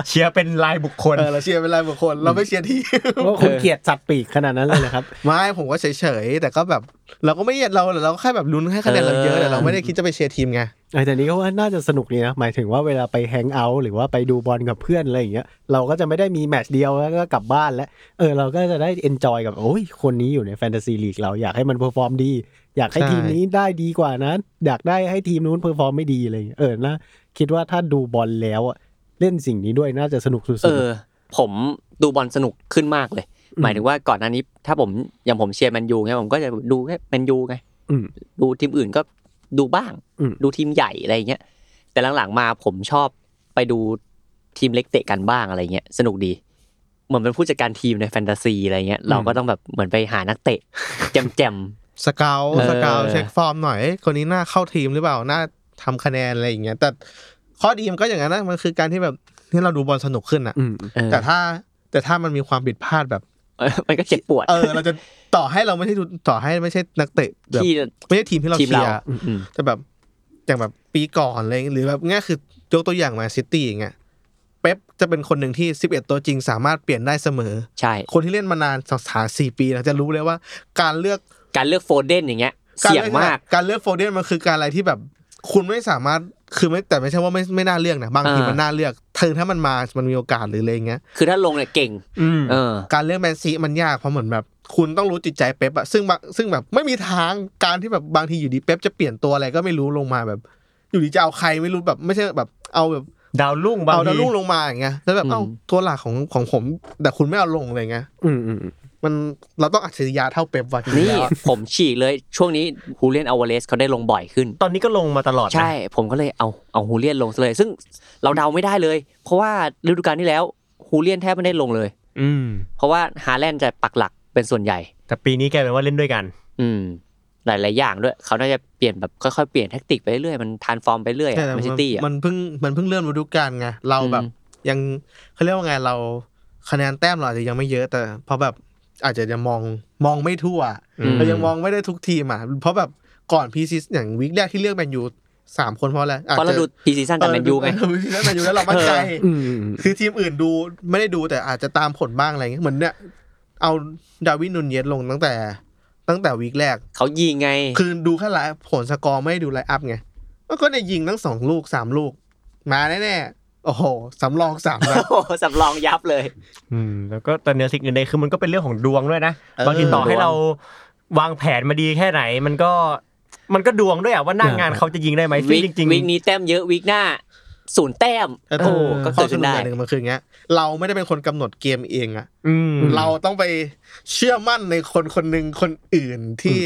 เชียร์เป็นรายบุคคล
เออเราเชียร์เป็นรายบุคคลเราไม่เชียร์ทีม
ว่าคุณเกลียดสัตว์ปีกขนาดนั้นเลยนะครับ
ไม่ผมก็เฉยๆแต่ก็แบบ เราก็ไม่เราเราก็แค่แบบลุ้นให้คะแนนเราเยอะแต่เราไม่ได้คิดจะไปเชียร์ทีมไง
ไอ้แต่นี้ก็ว่าน่าจะสนุกดีนะ หมายถึงว่าเวลาไปแฮงเอาท์หรือว่าไปดูบอลกับเพื่อนอะไรอย่างเงี้ยเราก็จะไม่ได้มีแมตช์เดียวแล้วก็กลับบ้านแล้ว เออเราก็จะได้เอนจอยกับ โอ้ย คนนี้อยู่ในแฟนตาซีลีกเราอยากให้มันเพอร์ฟอร์มดี อยากให้ทีมนี้ได้ดีกว่านั้น อยากได้ให้ทีมนู้นเพอร์ฟอร์มไม่ดีอะไรอย่างเงี้ยเออนะคิดว่าถ้าดูบอลแล้วอะเล่นสิ่งนี้ด้วยน่าจะสนุกสุด
เออ ผมดูบอลสนุกขึ้นมากเลย
อืม
หมายถึงว่าก่อนหน้านี้ถ้าผมอย่างผมเชียร์แมนยูไงผมก็จะดูแค่แมนยูไง
อืม
ดูทีมอื่นก็ดูบ้าง
อืม
ดูทีมใหญ่อะไรอย่างเงี้ยแต่หลังๆมาผมชอบไปดูทีมเล็กเตะกันบ้างอะไรเงี้ยสนุกดี เหมือนเป็นผู้จัดการทีมในแฟนตาซีอะไรเงี้ยเราก็ต้องแบบเหมือนไปหานักเตะ แจม
สเกล
เออ
สเกลเช็คฟอร์มหน่อยเอ้ยคนนี้น่าเข้าทีมหรือเปล่าน่าทำคะแนนอะไรอย่างเงี้ยแต่ข้อดีมันก็อย่างนั้นนะมันคือการที่แบบที่เราดูบอลสนุกขึ้นอ่ะ
ๆอืม
ๆเออ
แต่ถ้าแต่ถ้ามันมีความผิดพลาดแบบ
เออมันก็เจ็บปวด
เออ เราจะต่อให้เราไม่ใช่ดูต่อให้ไม่ใช่นักเตะแบบ
ที่
ไม่ใช่ทีมที่เรา
ทีม
เชี
เรา
ยร์
อืม
แต่แบบอย่างแบบปีก่อนอะไรอย่างเงี้ยหรือแบบง่ายคือยกตัวอย่างมาซิตี้อย่างเงี้ยเป๊ปจะเป็นคนหนึ่งที่ 11 ตัวจริงสามารถเปลี่ยนได้เสมอ
ใช่
คนที่เล่นมานานสามสี่ปีนะจะรู้เลยว่าการเลือก
การเลือกโฟเดนอย่างเงี้ย เสี่ยงมาก
การเลือกโฟเดนมันคือการอะไรที่แบบ คุณไม่สามารถคือไม่แต่ไม่ใช่ว่าไม่ไม่น่าเลือกนะบางที
อ่ามั
มันน่าเลือกเธอถ้ามันมามันมีโอกาสหรืออะไรอย่างเงี้ย
คือถ้าลงเนี่ยเก่ง
อืม
เออ
การเลือกแมนซีมันยากเพราะเหมือนแบบ คุณต้องรู้จิตใจเป๊ปอะซึ่งบางซึ่งแบบไม่มีทางการที่แบบบางทีอยู่ดีเป๊ปจะเปลี่ยนตัวอะไรก็ไม่รู้ลงมาแบบ อยู่ดีจะเอาใครไม่รู้แบบไม่ใช่แบบเอาแบบ
ดาวลุ่งบาง
เอาดาว
ที
รุ่งลงมาอย่างเงี้ยแล้วแบบเอ้า
อืม
ตัวหลักของของผม แต่คุณไม่เอาลงเลยไง
อืมอืม
มันเราต้องอัจฉริยะเท่าเป๊ปว่ะจริงๆ
นี่
แล้วอะ
ผมฉีกเลยช่วงนี้ฮูเลียนอลวาเลสเขาได้ลงบ่อยขึ้น
ตอนนี้ก็ลงมาตลอดนะ
ใช่ ผมก็เลยเอาเอาฮูเลียนลงซะเลย ซึ่งเราเดาไม่ได้เลย เพราะว่าฤดูกาลที่แล้วฮูเลียนแทบไม่ได้ลงเลย
อืม
เพราะว่าฮาแลนด์จะปักหลักเป็นส่วนใหญ่
แต่ปีนี้กลายเป็นว่าเล่นด้วยกัน
อืม หลาย ๆ อย่างด้วย เขาน่าจะเปลี่ยนแบบค่อย ๆ เปลี่ยนแทคติกไปเรื่อย มันทานฟอร์มไปเรื่อย
แต่
อะแม
มัน
นซิตี้อ่ะ
มันเพิ่งมันเพิ่งเริ่มฤดูกาลไงเราแบบ
อืม
ยังเขาเรียกว่าไงเราคะแนนแต้มเราอาจจะยังไม่เยอะแต่เพราะแบบอาจจะยังมองมองไม่ทั่ว
อืม
เรายังมองไม่ได้ทุกทีมอ่ะ เพราะแบบก่อนพีซีอย่างวีคแรกที่เลือกแมนยูสามคนเพราะอะไร
เพราะเราดูพีซีซั่นกับแมนยูไง
แล้วแมนยูแล้วเรามั่น ใจ
อืมอืม
คือทีมอื่นดูไม่ได้ดูแต่อาจจะตามผลบ้างอะไรเงี้ยเหมือนเนี่ย เอาดาวินนูนเยสลงตั้งแต่ ตั้งแต่วีคแรก
เขายิงไง
คือดูแค่ไลน์ผลสกอร์ไม่ได้ดูไลน์อัพไงมันก็ได้ยิงทั้งสองลูกสามลูก มาแน่ๆโอ้โหสำรองสามนัด
โอ้โหสำรองยับเลย
อืม แล้วก็แต่เนื้อสิ่งอื่นใดคือมันก็เป็นเรื่องของดวงด้วยนะ
เออ
บางทีต่อให้เราวางแผนมาดีแค่ไหน มันก็มันก็ดวงด้วยอ่ะว่าหน้างาน
เออ
เขาจะยิงได้ไหมซึ่งจริง
วิกนี้แต้มเยอะวิกหน้าศูนย์แต้ม
เออ
โอ้ก็
ข้
เกิ
อ
ด
ส
ขึ้
รุ
น
ปอ
ได้
ย่างหนึ่งมันคืออย่างเงี้ย เราไม่ได้เป็นคนกำหนดเกมเองอะ
ๆ อืม
เราต้องไปเชื่อมั่นในคนคนหนึ่งคนอื่นที่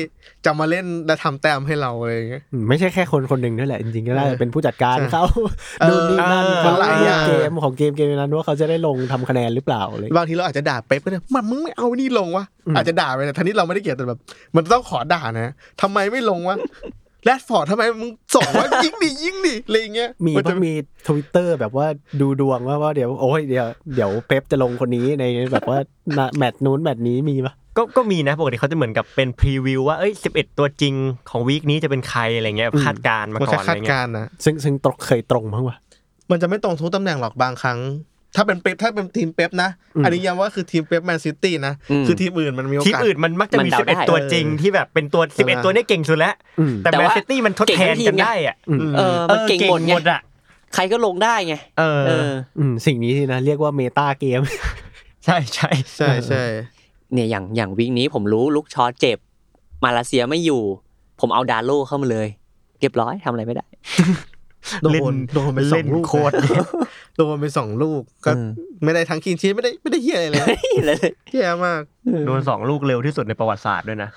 จะมาเล่นและทำแต้มให้เราอะไรอย่างเงี้ย
อืมไม่ใช่แค่คนคนหนึ่งนั่นแหละจริงๆก็น่าจะเป็นผู้จัดการ
ใช่
เขา
เออ
ดูนี่นั่น
เออ
เขา
หลายอย่าง
เกมของเกมเกมนั้นว่าเขาจะได้ลงทำคะแนนหรือเปล่าอะไรอย่างเงี้ย
บางทีเราอาจจะด่าเป๊ปก็ได้มันมึงไม่เอานี่ลงวะ
อืม
อาจจะด่าไปแต่ทันที่เราไม่ได้เกลียดแต่แบบ มันต้องขอด่านะทำไมไม่ลงวะแรดฟอร์ดทำไมมึงส่งวะ ยิงดิยิงดิอะไรอย่างเงี้ย
มี
น
ต้
จะ
องมีทวิตเตอร์แบบว่าดูดวงว่าว่าเดี๋ยวโอ้ยเดี๋ยวเดี๋ยวเป๊ปจะลงคนนี้ในแบบว่า นะแมตช์นู้นแมตช์นี้มีปะ
ก็ก็มีนะปกติเขาจะเหมือนกับเป็นพรีวิวว่าเอ้ย11 ตัวจริงของวีคนี้จะเป็นใครอะไรเงี้ยคาดการณ์มา
มัน
ก่
จะ
อนอะ
คา
ไร
ด
เงี้ย
การณ์นะ
ซึ่งซึ่งตรงเคยตรงมั้งวะ
มันจะไม่ตรงทุกตำแหน่งหรอกบางครั้ง ถ้าเป็นเป๊ปถ้าเป็นทีมเป๊ปนะ
อืม
อันนี้ย้ำว่าคือทีมเป๊ปแมนซิตี้นะ
อืม
คือทีมอื่นมันมีโอ
ทีม
กาส
อื่นมันมักจะ
มัน
มี
เดาได้
11 ตัวจริงที่แบบเป็นตัว
เออ
11 ตัวเนี้ยเก่งสุดแล้ว
อืม
แต่
แต่
แมน
ว่า
ซิตี้มันทดแทน
เก่งทั้งทีม
กัน
ไง
ได้อ่ะ
อืม
เออมันเก่งหมดไง
หมดอ่ะ
ใครก็ลงได้ไง
เออ
เออ
มสิ่งนี้สินะเรียกว่าเมตาเกม
ใช่ใช่
ใช่ใช่
เนี่ยอย่างอย่างวิกนี้ผมรู้ลูกชอตเจ็บ มาเลเซียไม่อยู่ ผมเอาดาโลเข้ามาเลย เรียบร้อยทำอะไรไม่ได้
โดนโดนไปสอ
เล่
ง
น
ลูก
โค
นะ
ตรเยอะ
โดนไปสองลูกก็
อืม
ไม่ได้ทั้งคลีนชีทไม่ได้ไม่ได้เฮียอะไรเลย
เลย
เฮียมาก
โดนสองลูกเร็วที่สุดในประวัติศาสตร์ด้วยนะ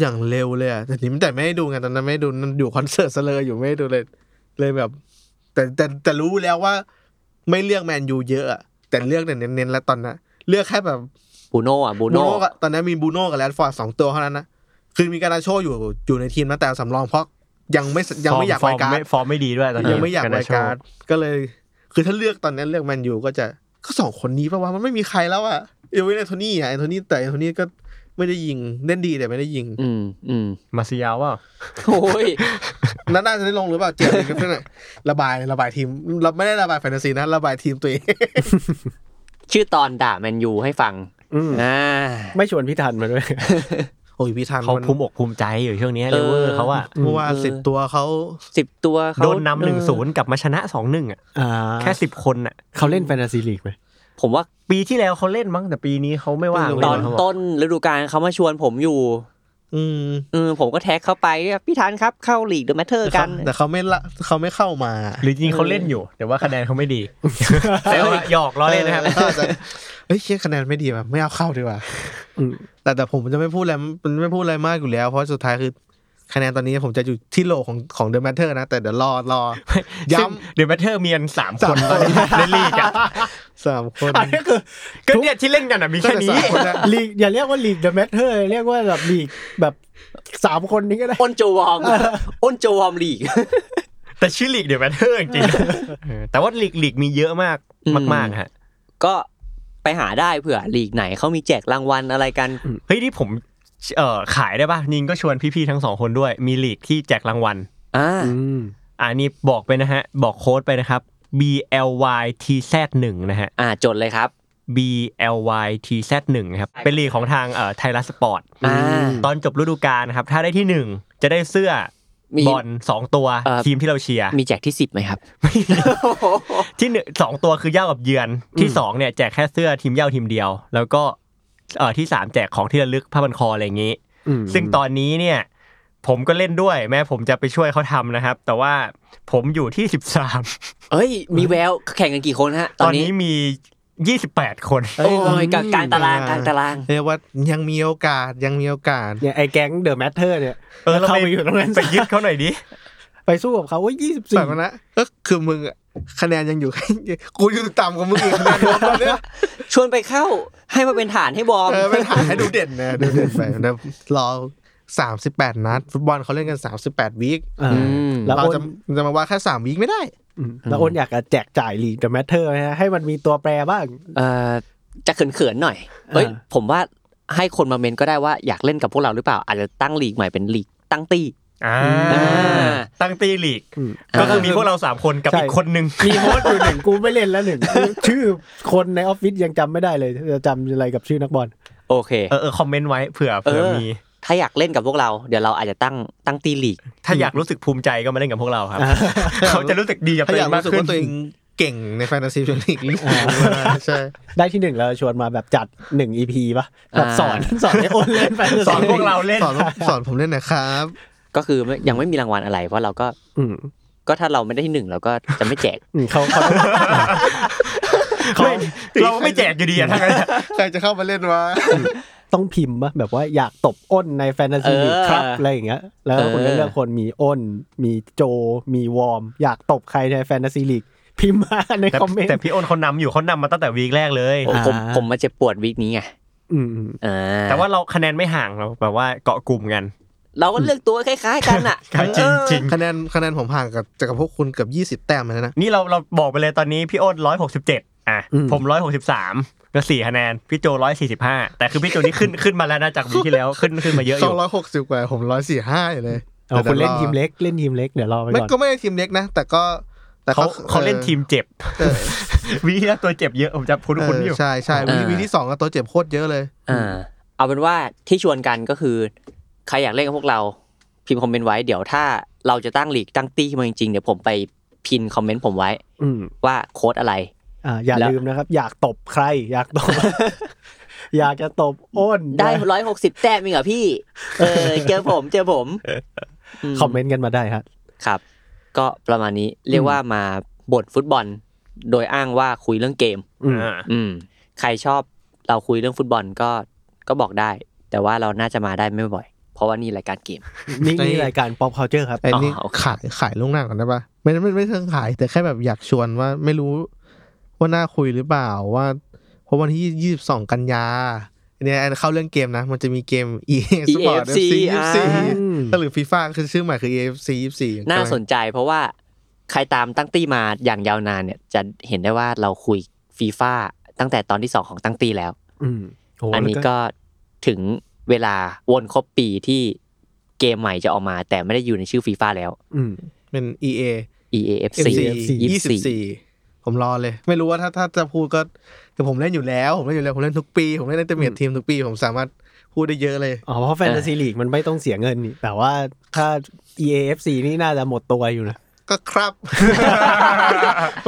อย่างเร็วเลยอะแต่นี่แต่ไม่ได้ดูไงตอนนั้นไม่ได้ดูนั่นอยู่คอนเสิร์ตซะเลยอยู่ไม่ได้ดูเลย เลยแบบ แต่แต่แต่รู้แล้วว่า ไม่เลือกแมนยูเยอะอะแต่เลือกเนี่ยเน้นๆแล้วตอนนั้นเลือกแค่แบบ
บูโน่อะบู
บู
โน่
โน่กับตอนนั้นมีบูโน่กับแรดฟอร์ดสองตัวเท่านั้นนะคือมีการาโชอยู่อยู่ในทีมนะแต่สำรองเพราะยังไม่ยังไม่อยาก
ฟ
ไป
ร์ม
การ
ไม่ฟอร์มไม่ดีด้วยตอนนี้
ยังไม่อยาก
น
ไป
นะโช
การก็เลย คือถ้าเลือกตอนนั้นเลือกแมนยูก็จะก็สองคนนี้ปะวะมันไม่มีใครแล้วอ่ะเอเวนแอนโทนี่อ่ะแอนโทนี่แต่แอนโทนี่ก็ไม่ได้ยิงเล่นดีแต่ไม่ได้ยิง
อืมอืม
มาซียาวว่า
โอ้ย
นั้นน่าจะได้ลงหรือเปล่าเจ็บกันเพื่อนน่ะระบายระบายทีมเราไม่ได้ระบายแฟนตาซีนะระบายทีมตัวเอง
ชื่อตอนด่าแมนยูให้ฟัง
อืม
อ่า
ไม่ชวนพี่ทันมาด้วย
โอ้ยพี่ทัน
เขา
มัน
ภูมิอกภูมิใจอยู่ช่วงนี้เลเวอ
เอ
ร์
อ
เขาอะ
เมื่อวานสิบตัวเขา
สิบตัวเขา
โดนนำหนึ่งศูนย์กลับมาชนะสองหนึ่งอะ
อ่า
แค่สิบคนอะ
เขาเล่นแฟนตาซีลีกไหม
ผมว่า
ปีที่แล้วเขาเล่นมั้งแต่ปีนี้เขาไม่ว่าง
ไม่รู้
ตอน
เขาบอก
ต้นฤดูกาลเขามาชวนผมอยู่
อืม
เออผมก็แท็กเข้าไปพี่ทันครับเข้าลีกเดอะแมทเทอร์
แต่
กั
เขา
น
แต่เขาไม่ละเขาไม่เข้ามา
หรือจริงๆเขาเล่นอยู่ แต่ว่าคะแนนเขาไม่ดีแต่ว่าหยอกล้อเล่นนะครับ
ออก็อาจจะเฮ้ยเชี่ยคะแนนไม่ดีแบบไม่เอาเข้าดีกว่า
อืม
แต่แต่ผมจะไม่พูดอะไรมันไม่พูดอะไรมากอยู่แล้ว เพราะสุดท้ายคือคะแนนตอนนี้ผมจะอยู่ที่โหลของของเดอะแมทเทอร์นะ แต่เดี๋ยวรอรอ ย้
เดี๋ยวแมทเทอร์เมียนสามคนตอนนี้ในลีก อะ
ำสามคน
อันนี้คือก็เนี่ยที่เล่นกันอะมี
ตั้
แค่
ง
นี้
สามคนนะ
ลีกอย่าเรียกว่าลีกเดอะแมทเทอร์เรียกว่าแบบลีกแบบสามคนนี้ก็ได้
อ้นโจวอมอ้นโจวอมลีก
แต่ชื่อลีกเดี๋ยวแมทเทอร์จริงๆเออแต่ว่าลีกลีกมีเยอะมาก
อืม
มากๆฮะ
ก็ไปหาได้เผื่อลีกไหนเขามีแจกรางวัลอะไรกัน
เฮ้ยนี่ผมเอ่อขายได้ป่ะนินก็ชวนพี่ๆทั้งสองคนด้วย มีลีกที่แจกรางวัล
อ่า
อันนี้บอกไปนะฮะ บอกโค้ดไปนะครับ B L Y T Z 1นะฮะ
อ่าจดเลยครับ
B L Y T Z 1นะครับ เป็นลีกของทางเอ่อไทยรัฐสปอร์ต
อ่า
ตอนจบฤดูกาลนะครับ ถ้าได้ที่หนึ่งจะได้เสื้อ
มี
บอลสองตัว
เอ่อ
ทีมที่เราเชียร์
มีแจกที่สิบไหมครับ
ที่หนึ่งสองตัวคือเหย่ากับเยือนที่สองเนี่ยแจกแค่เสื้อทีมเหย่าทีมเดียว แล้วก็เอ่อที่สามแจกของที่ระลึกผ้าพันคออะไรอย่างนี้
อืม
ซึ่งตอนนี้เนี่ยผมก็เล่นด้วย แม้ผมจะไปช่วยเขาทำนะครับ แต่ว่าผมอยู่ที่สิบสาม
เอ้ย มีแววแข่งกันกี่คนฮะ ต
ต
อ
อน
นนี้
นี้มียี่สิบแปดคน
โอ้ยกลางกลางตารางกลางตาราง
เรียกว่ายังมีโอกาสยังมีโอกาส
เนี่ยไอ้แก๊งเดอะแมทเทอร์เนี่ย
เออเรา
เข้า
ไป
ไปอยู่ตรงนั้น
ไปยึดเขาหน่อยดิ
ไปสู้กับเขาว่ายี่สิบสี่
แต่ว่านะก็คือมึงอะคะแนนยังอยู่ กูอยู่ต่ำกว่ามึงอีกคะแนนรวมตอนเนี้ย
ชวนไปเข้าให้มาเป็นฐานให้บอม
เออไปถ่ายให้ดูเด่นนะดูเด่นไปนะรอสามสิบแปดนัดฟุตบอลเขาเล่นกันสามสิบแปดวีค
า
อืม
แล้ว
เราจะจะมาว่าแค่สามวีคไม่ได้
อืมแล้วอ้นอยากจะแจกจ่ายลีกเดอะแมทเทอร์นะฮะให้มันมีตัวแปรบ้าง
เอ่อจะเขินๆหน่อย เฮ้ย
อ่า
ผมว่าให้คนมาเมนก็ได้ว่าอยากเล่นกับพวกเราหรือเปล่า อาจจะตั้งลีกใหม่เป็นลีกตั้งตี้
อ่า
า
ตั้งตีลีก
อืม
ก็คือมีพวกเราสามคนกับ
ใช่
อีกคนนึง
มีโฮสต์อยู่หนึ่งกูไม่เล่นแล้วหนึ่งชื่อชื่อคนในออฟฟิศยังจำไม่ได้เลยจะจำอะไรกับชื่อนักบอล
โอเค
เออเออคอมเมนต์ไว้เผื่อเผื่อ
เออ
มี
ถ้าอยากเล่นกับพวกเรา เดี๋ยวเราอาจจะตั้งตั้งตี้ลีก
ถ้าอยากรู้สึกภูมิใจก็มาเล่นกับพวกเราครับ
อ่า
เขาจะรู้สึกดีกับตั
ถ้าว
เอย
อาก
งมาก
รู้สึก
ขึ้น
ว่าตัวเองเก่งในแฟนตาซีพรีเมียร์ลีกลิเวอร์พูลนะใช่
ได้ที่หนึ่งแล้วชวนมาแบบจัดหนึ่งอีพีป่ะแบบ
อ่า
สอน สอนให้อ้นเล่นแฟนตาซี
สอนพวกเราเล่น
สอนสอนผมเล่นหนะครับ
ก็คือไม่ยังไม่มีรางวัลอะไร เพราะเราก็
อืม
ก็ถ้าเราไม่ได้ที่หนึ่งเราก็จะไม่แจก
อืมเขาเขา
ไม่เราไม่แจกอยู่ดีอะทั้งนั้นอะ
ใครจะเข้ามาเล่นวะ
ต้องพิมพ์ป่ะแบบว่าอยากตบอ้นในแฟนตาซีลีก
เออ
ครับอะไรอย่างเงี้ย แล้ว
เออ
คนก็เลือกคนมีอ้น มีโจมีวอร์ม อยากตบใครในแฟนตาซีลีกพิมพ์มาใน
แต่
คอมเมนต์
แต่พี่อ้นเขานำอยู่เขานำมาตั้งแต่วีคแรกเลย
โอ้ผม
อ่า
ผมมาเจ็บปวดวีคนี้ไง
อืมอืม
อ่า
แต่ว่าเราคะแนนไม่ห่างเราแบบว่าเกาะกลุ่มกัน
เราก็เลือกตัวคล้ายๆกันอ่ะ
จริงจริง
คะแนนคะแนนผมห่างกับจากกับพวกคุณเกือบยี่สิบ20 แต้มแล้วนะ
นี่เราเราบอกไปเลยตอนนี้พี่โอ๊ตร้อยหกสิบเจ็ดอ่ะ
อืม
ผมร้อยหกสิบสามก็สี่คะแนนพี่โจร้อยสี่สิบห้าแต่คือพี่โจนี่ขึ้น ขึ้นมาแล้วนะจากวีคที่แล้วขึ้นขึ้นมาเยอะอ
สอง
ยู่
ร้อยหกสิบกว่าผมร้อยสี่ห้าอยู่เลย
เอา
แต่
คุณเล่น
ดี๋ยวรอ
ทีมเล็กเล่นทีมเล็กเดี๋ยวรอไป
ไม่
ก่อน
ก็ไม่ได้ทีมเล็กนะ แต่ก็แต่
เขาเขาเล่นทีมเจ็บ
เออ
วีคที่แล้วตัวเจ็บเยอะผมจำคุ้น
เอ
คุ้น
อ
อยู่
ใช่ใช่วี
เออ
วีที่สองอะตัวเจ็บโคตรเยอะเลย
อ่าเอาเป็นว่าที่ชวนกันก็คือ ใครอยากเล่นกับพวกเราพิมพ์คอมเมนต์ไว้เดี๋ยวถ้าเราจะตั้งลีกตั้งตี้ขึ้นมาจริงๆเดี๋ยวผมไปพินคอมเมนต์ผมไว้
อืม
ว่าโค้ดอะไร
อ่าอย่า
แล้ว
ลืมนะครับ อยากตบใคร อยากตบ อยากจะตบอ้น
ได้
อยาก
ร้อยหกสิบแต้มเองเหรอพี่ เออ เจอผมเจอผม
คอมเมนต์กันมาได้ครับ
ครับ ก็ประมาณนี้เรียกว่ามาบ่นฟุตบอล โดยอ้างว่าคุยเรื่องเกม
อืม
อ่า
อืม ใครชอบเราคุยเรื่องฟุตบอลก็ก็บอกได้ แต่ว่าเราน่าจะมาได้ไม่บ่อย เพราะว่านี่รายการเกม
นี่
ไอ้
นี่รายการ pop culture ครับ
ไอ้นี่
อ๋อโอเค
ขายขายล่วงหน้าก่อนได้ปะไม่ไม่ไม่เชิงขาย แต่แค่แบบอยากชวนว่าไม่รู้ว่าน่าคุยหรือเปล่าว่าเพราะวันที่ยี่สิบสองกันยาเนี่ยเข้าเรื่องเกมนะ มันจะมีเกม EA Sport FC
EAFC อ่า
24ก็หรือฟีฟ่าคือชื่อใหม่คือ EFC 24
น่าสนใจเพราะว่า ใครตามตั้งตี้มาอย่างยาวนานเนี่ยจะเห็นได้ว่าเราคุยฟีฟ่าตั้งแต่ตอนที่สองของตั้งตี้แล้ว
อืม
โโห
อันนี้
แล้ว
ก็ถึงเวลาวนครบปีที่เกมใหม่จะออกมา แต่ไม่ได้อยู่ในชื่อฟีฟ่าแล้ว
อืม
เป็น EA
EAFC
ยี่สิบสี่ผมรอเลย ไม่รู้ว่าถ้าถ้าจะพูดก็แต่ผมเล่นอยู่แล้ว ผมเล่นอยู่แล้ว ผมเล่นทุกปี ผมเล่นในเตเมียทีมทุกปี ผมสามารถพูดได้เยอะเลย
อ๋อ เพราะแฟนตาซีลีกมันไม่ต้องเสียเงินนี่แต่ว่าถ้า EAFC นี่น่าจะหมดตัวอยู่นะ
ก็ครับ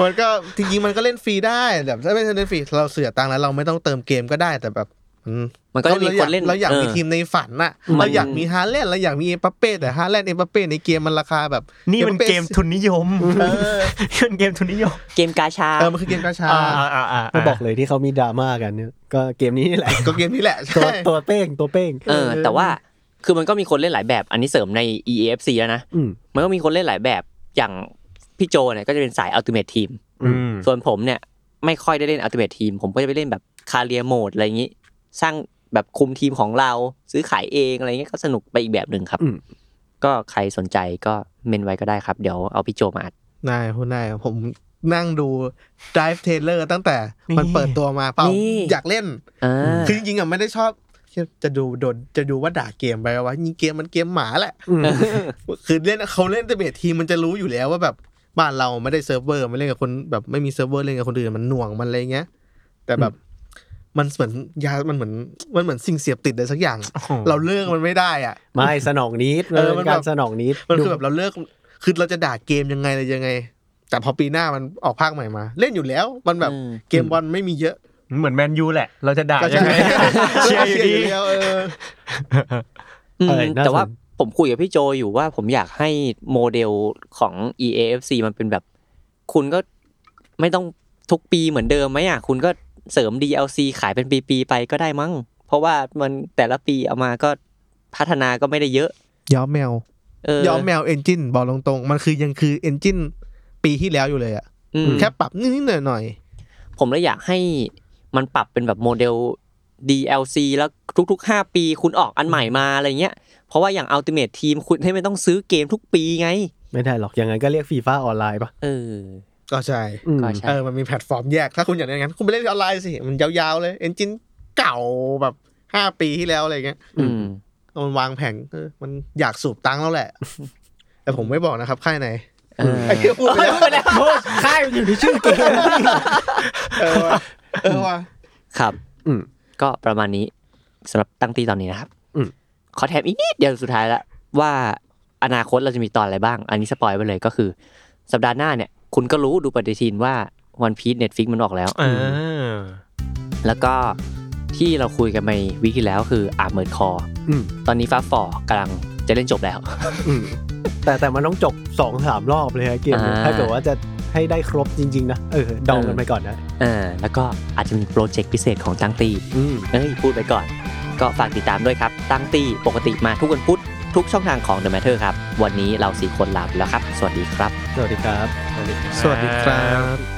มันก็จริงๆมันก็เล่นฟรีได้แบบถ้าไม่เล่นฟรีเราเสียตังค์แล้วเราไม่ต้องเติมเกมก็ได้แต่แบบอืม
มันก็จะมีคนเล่น
เราอยากมี
ออ
ทีมในฝันน่ะ
มัน
เราอยากมีฮาแลนด์เราอยากมีเอมบัปเป้แต่ฮาแลนด์เอมบัปเป้ในเกมมันราคาแบบ
นี่มัน
อ็บัปป้
เกมทุนนิยม
เออ
เล่นเกมทุนนิยม
เกมกาชา
เออมันคือเกมกาชา
อ่าอ่าอ่า
ก็บอกเลยที่เขามีดราม่ากันเนี่ยก็เกมนี้นี่แหละ
ก็เกมนี้แหละ
ตัว
ใช่
ตัวเป้งตัวเป้ง
เออ แต่ว่าคือมันก็มีคนเล่นหลายแบบ อันนี้เสริมใน EAFC แล้วนะ
อืม
มันก็มีคนเล่นหลายแบบอย่างพี่โจเนี่ยก็จะเป็นสาย Ultimate Team
อืม
ส่วนผมเนี่ยไม่ค่อยได้เล่น Ultimate Team ผมก็จะไปเล่นแบบคาเรียโหมดอะไรอย่างนี้ สร้างแบบคุมทีมของเราซื้อขายเองอะไรเงี้ยก็สนุกไปอีกแบบหนึ่งครับ
อืม
ก็ใครสนใจก็เมนไว้ก็ได้ครับ เดี๋ยวเอาพี่โจมาอัด
นายพูดได้ผมนั่งดู Drive Trailer ตั้งแต่มันเปิดตัวมาเปล่า
นี่
อยากเล่น
อ่า
คือจริงๆอ่ะไม่ได้ชอบจะดูโดนจะดูว่าด่าเกมไปว่ายิงเกมมันเกมหมาแหละ
อืม
คือเล่นเขาเล่นเตเบททีมมันจะรู้อยู่แล้วว่าแบบบ้านเราไม่ได้เซิร์ฟเวอร์ไม่เล่นกับคนแบบไม่มีเซิร์ฟเวอร์เล่นกับคนอื่นมันหน่วงมันอะไรเงี้ย แต่แบบมันเหมือนยามันเหมือนมันเหมือนสิ่งเสียบติดอะไรสักอย่าง
โอ้โห
เราเลิกมันไม่ได้อ่ะ
ไม่สนองนิดมัน
เออมั
เป็น น
แบบ
การสนองนิด
มันคือแบบเราเลิกคือเราจะด่าเกมยังไงอะไรยังไง แต่พอปีหน้ามันออกภาคใหม่มา เล่นอยู่แล้วมันแบบ
อืม
เกมบอลไม่มีเยอะ
เหมือนแมนยูแหละ เราจะด่า
ก็
ยั
ใช่
ง ไงเชียร์อยู่ดี
แล้วเออ
อืม
เออน่สน
แต่ว่าผมคุยกับพี่โจอยู่ว่าผมอยากให้โมเดลของ EAFC มันเป็นแบบ คุณก็ไม่ต้องทุกปีเหมือนเดิมไหมอ่ะ คุณก็เสริม DLC ขายเป็นปีๆไปก็ได้มั้ง เพราะว่ามันแต่ละปีเอามาก็พัฒนาก็ไม่ได้เยอะ
ย้อมแมว
เออ
ย้อมแมวเอนจินบอกตรงๆ มันคือยังคือเอนจินปีที่แล้วอยู่เลยอะ
อืม
แค่ปรับนิดๆหน่อย
ผมเลยอยากให้มันปรับเป็นแบบโมเดล DLC แล้วทุกๆ 5 ปีคุณออกอันใหม่มาอะไรเงี้ย เพราะว่าอย่าง Ultimate Team คุณให้ไม่ต้องซื้อเกมทุกปีไง
ไม่ได้หรอกอย่างนั้นก็เรียกฟีฟ่าออนไลน์ปะ
เออ
ๆ ก็ใช่
อืม
ก็ใช่
เออมันมีแพลตฟอร์มแยก ถ้าคุณอยากเล่นอย่างนั้น คุณไปเล่นออนไลน์สิ มันยาวๆเลยเอนจินเก่าแบบห้าปีที่แล้วอะไรเงี้ย
อืม
มันวางแผงเออมันอยากสูบตังค์แล้วแหละ แต่ผมไม่บอกนะครับค่ายไหน
เออ
ไอ้เหี้ยพูดไปแล้ว
โทษค่ายมันอยู่ในชื่อเกม
เออว่ะเออว่ะ
ครับ
อืม
ก็ประมาณนี้สำหรับตั้งตีตอนนี้นะครับ
อืม
ขอแถมอีกนิดเดียวสุดท้ายละว่าอนาคตเราจะมีตอนอะไรบ้าง อันนี้สปอยไปเลยก็คือ สัปดาห์หน้าเนี่ย คุณก็รู้ดูปฏิทินว่าวันพี e เน็ตฟิกมันออกแล้ว
อ่า
แล้วก็ที่เราคุยกันไปวิกที่แล้วคืออาบเมิร์ดคอร์
อืม
ตอนนี้ฟ้าฟอกำลังจะเล่นจบแล้ว
อืมแต่แต่มันต้องจบสองสามรอบเลยฮะเกมเนี่ย
อ่า
ถ้าเกิดว่าจะให้ได้ครบจริง ๆ นะ เออเดองกันไปก่อนนะ
เออแล้วก็อาจจะมีโปรเจกต์พิเศษของตั้งตี
อืม
เอ้ย พูดไปก่อน ก็ฝากติดตามด้วยครับ ตั้งตี้ปกติมาทุกวันพุธทุกช่องทางของ The Matter ครับ วันนี้เราสี่คนลาไปแล้วครับ สวัสดีครับ
สวัสดีครับ
สวัสดีครับ
บ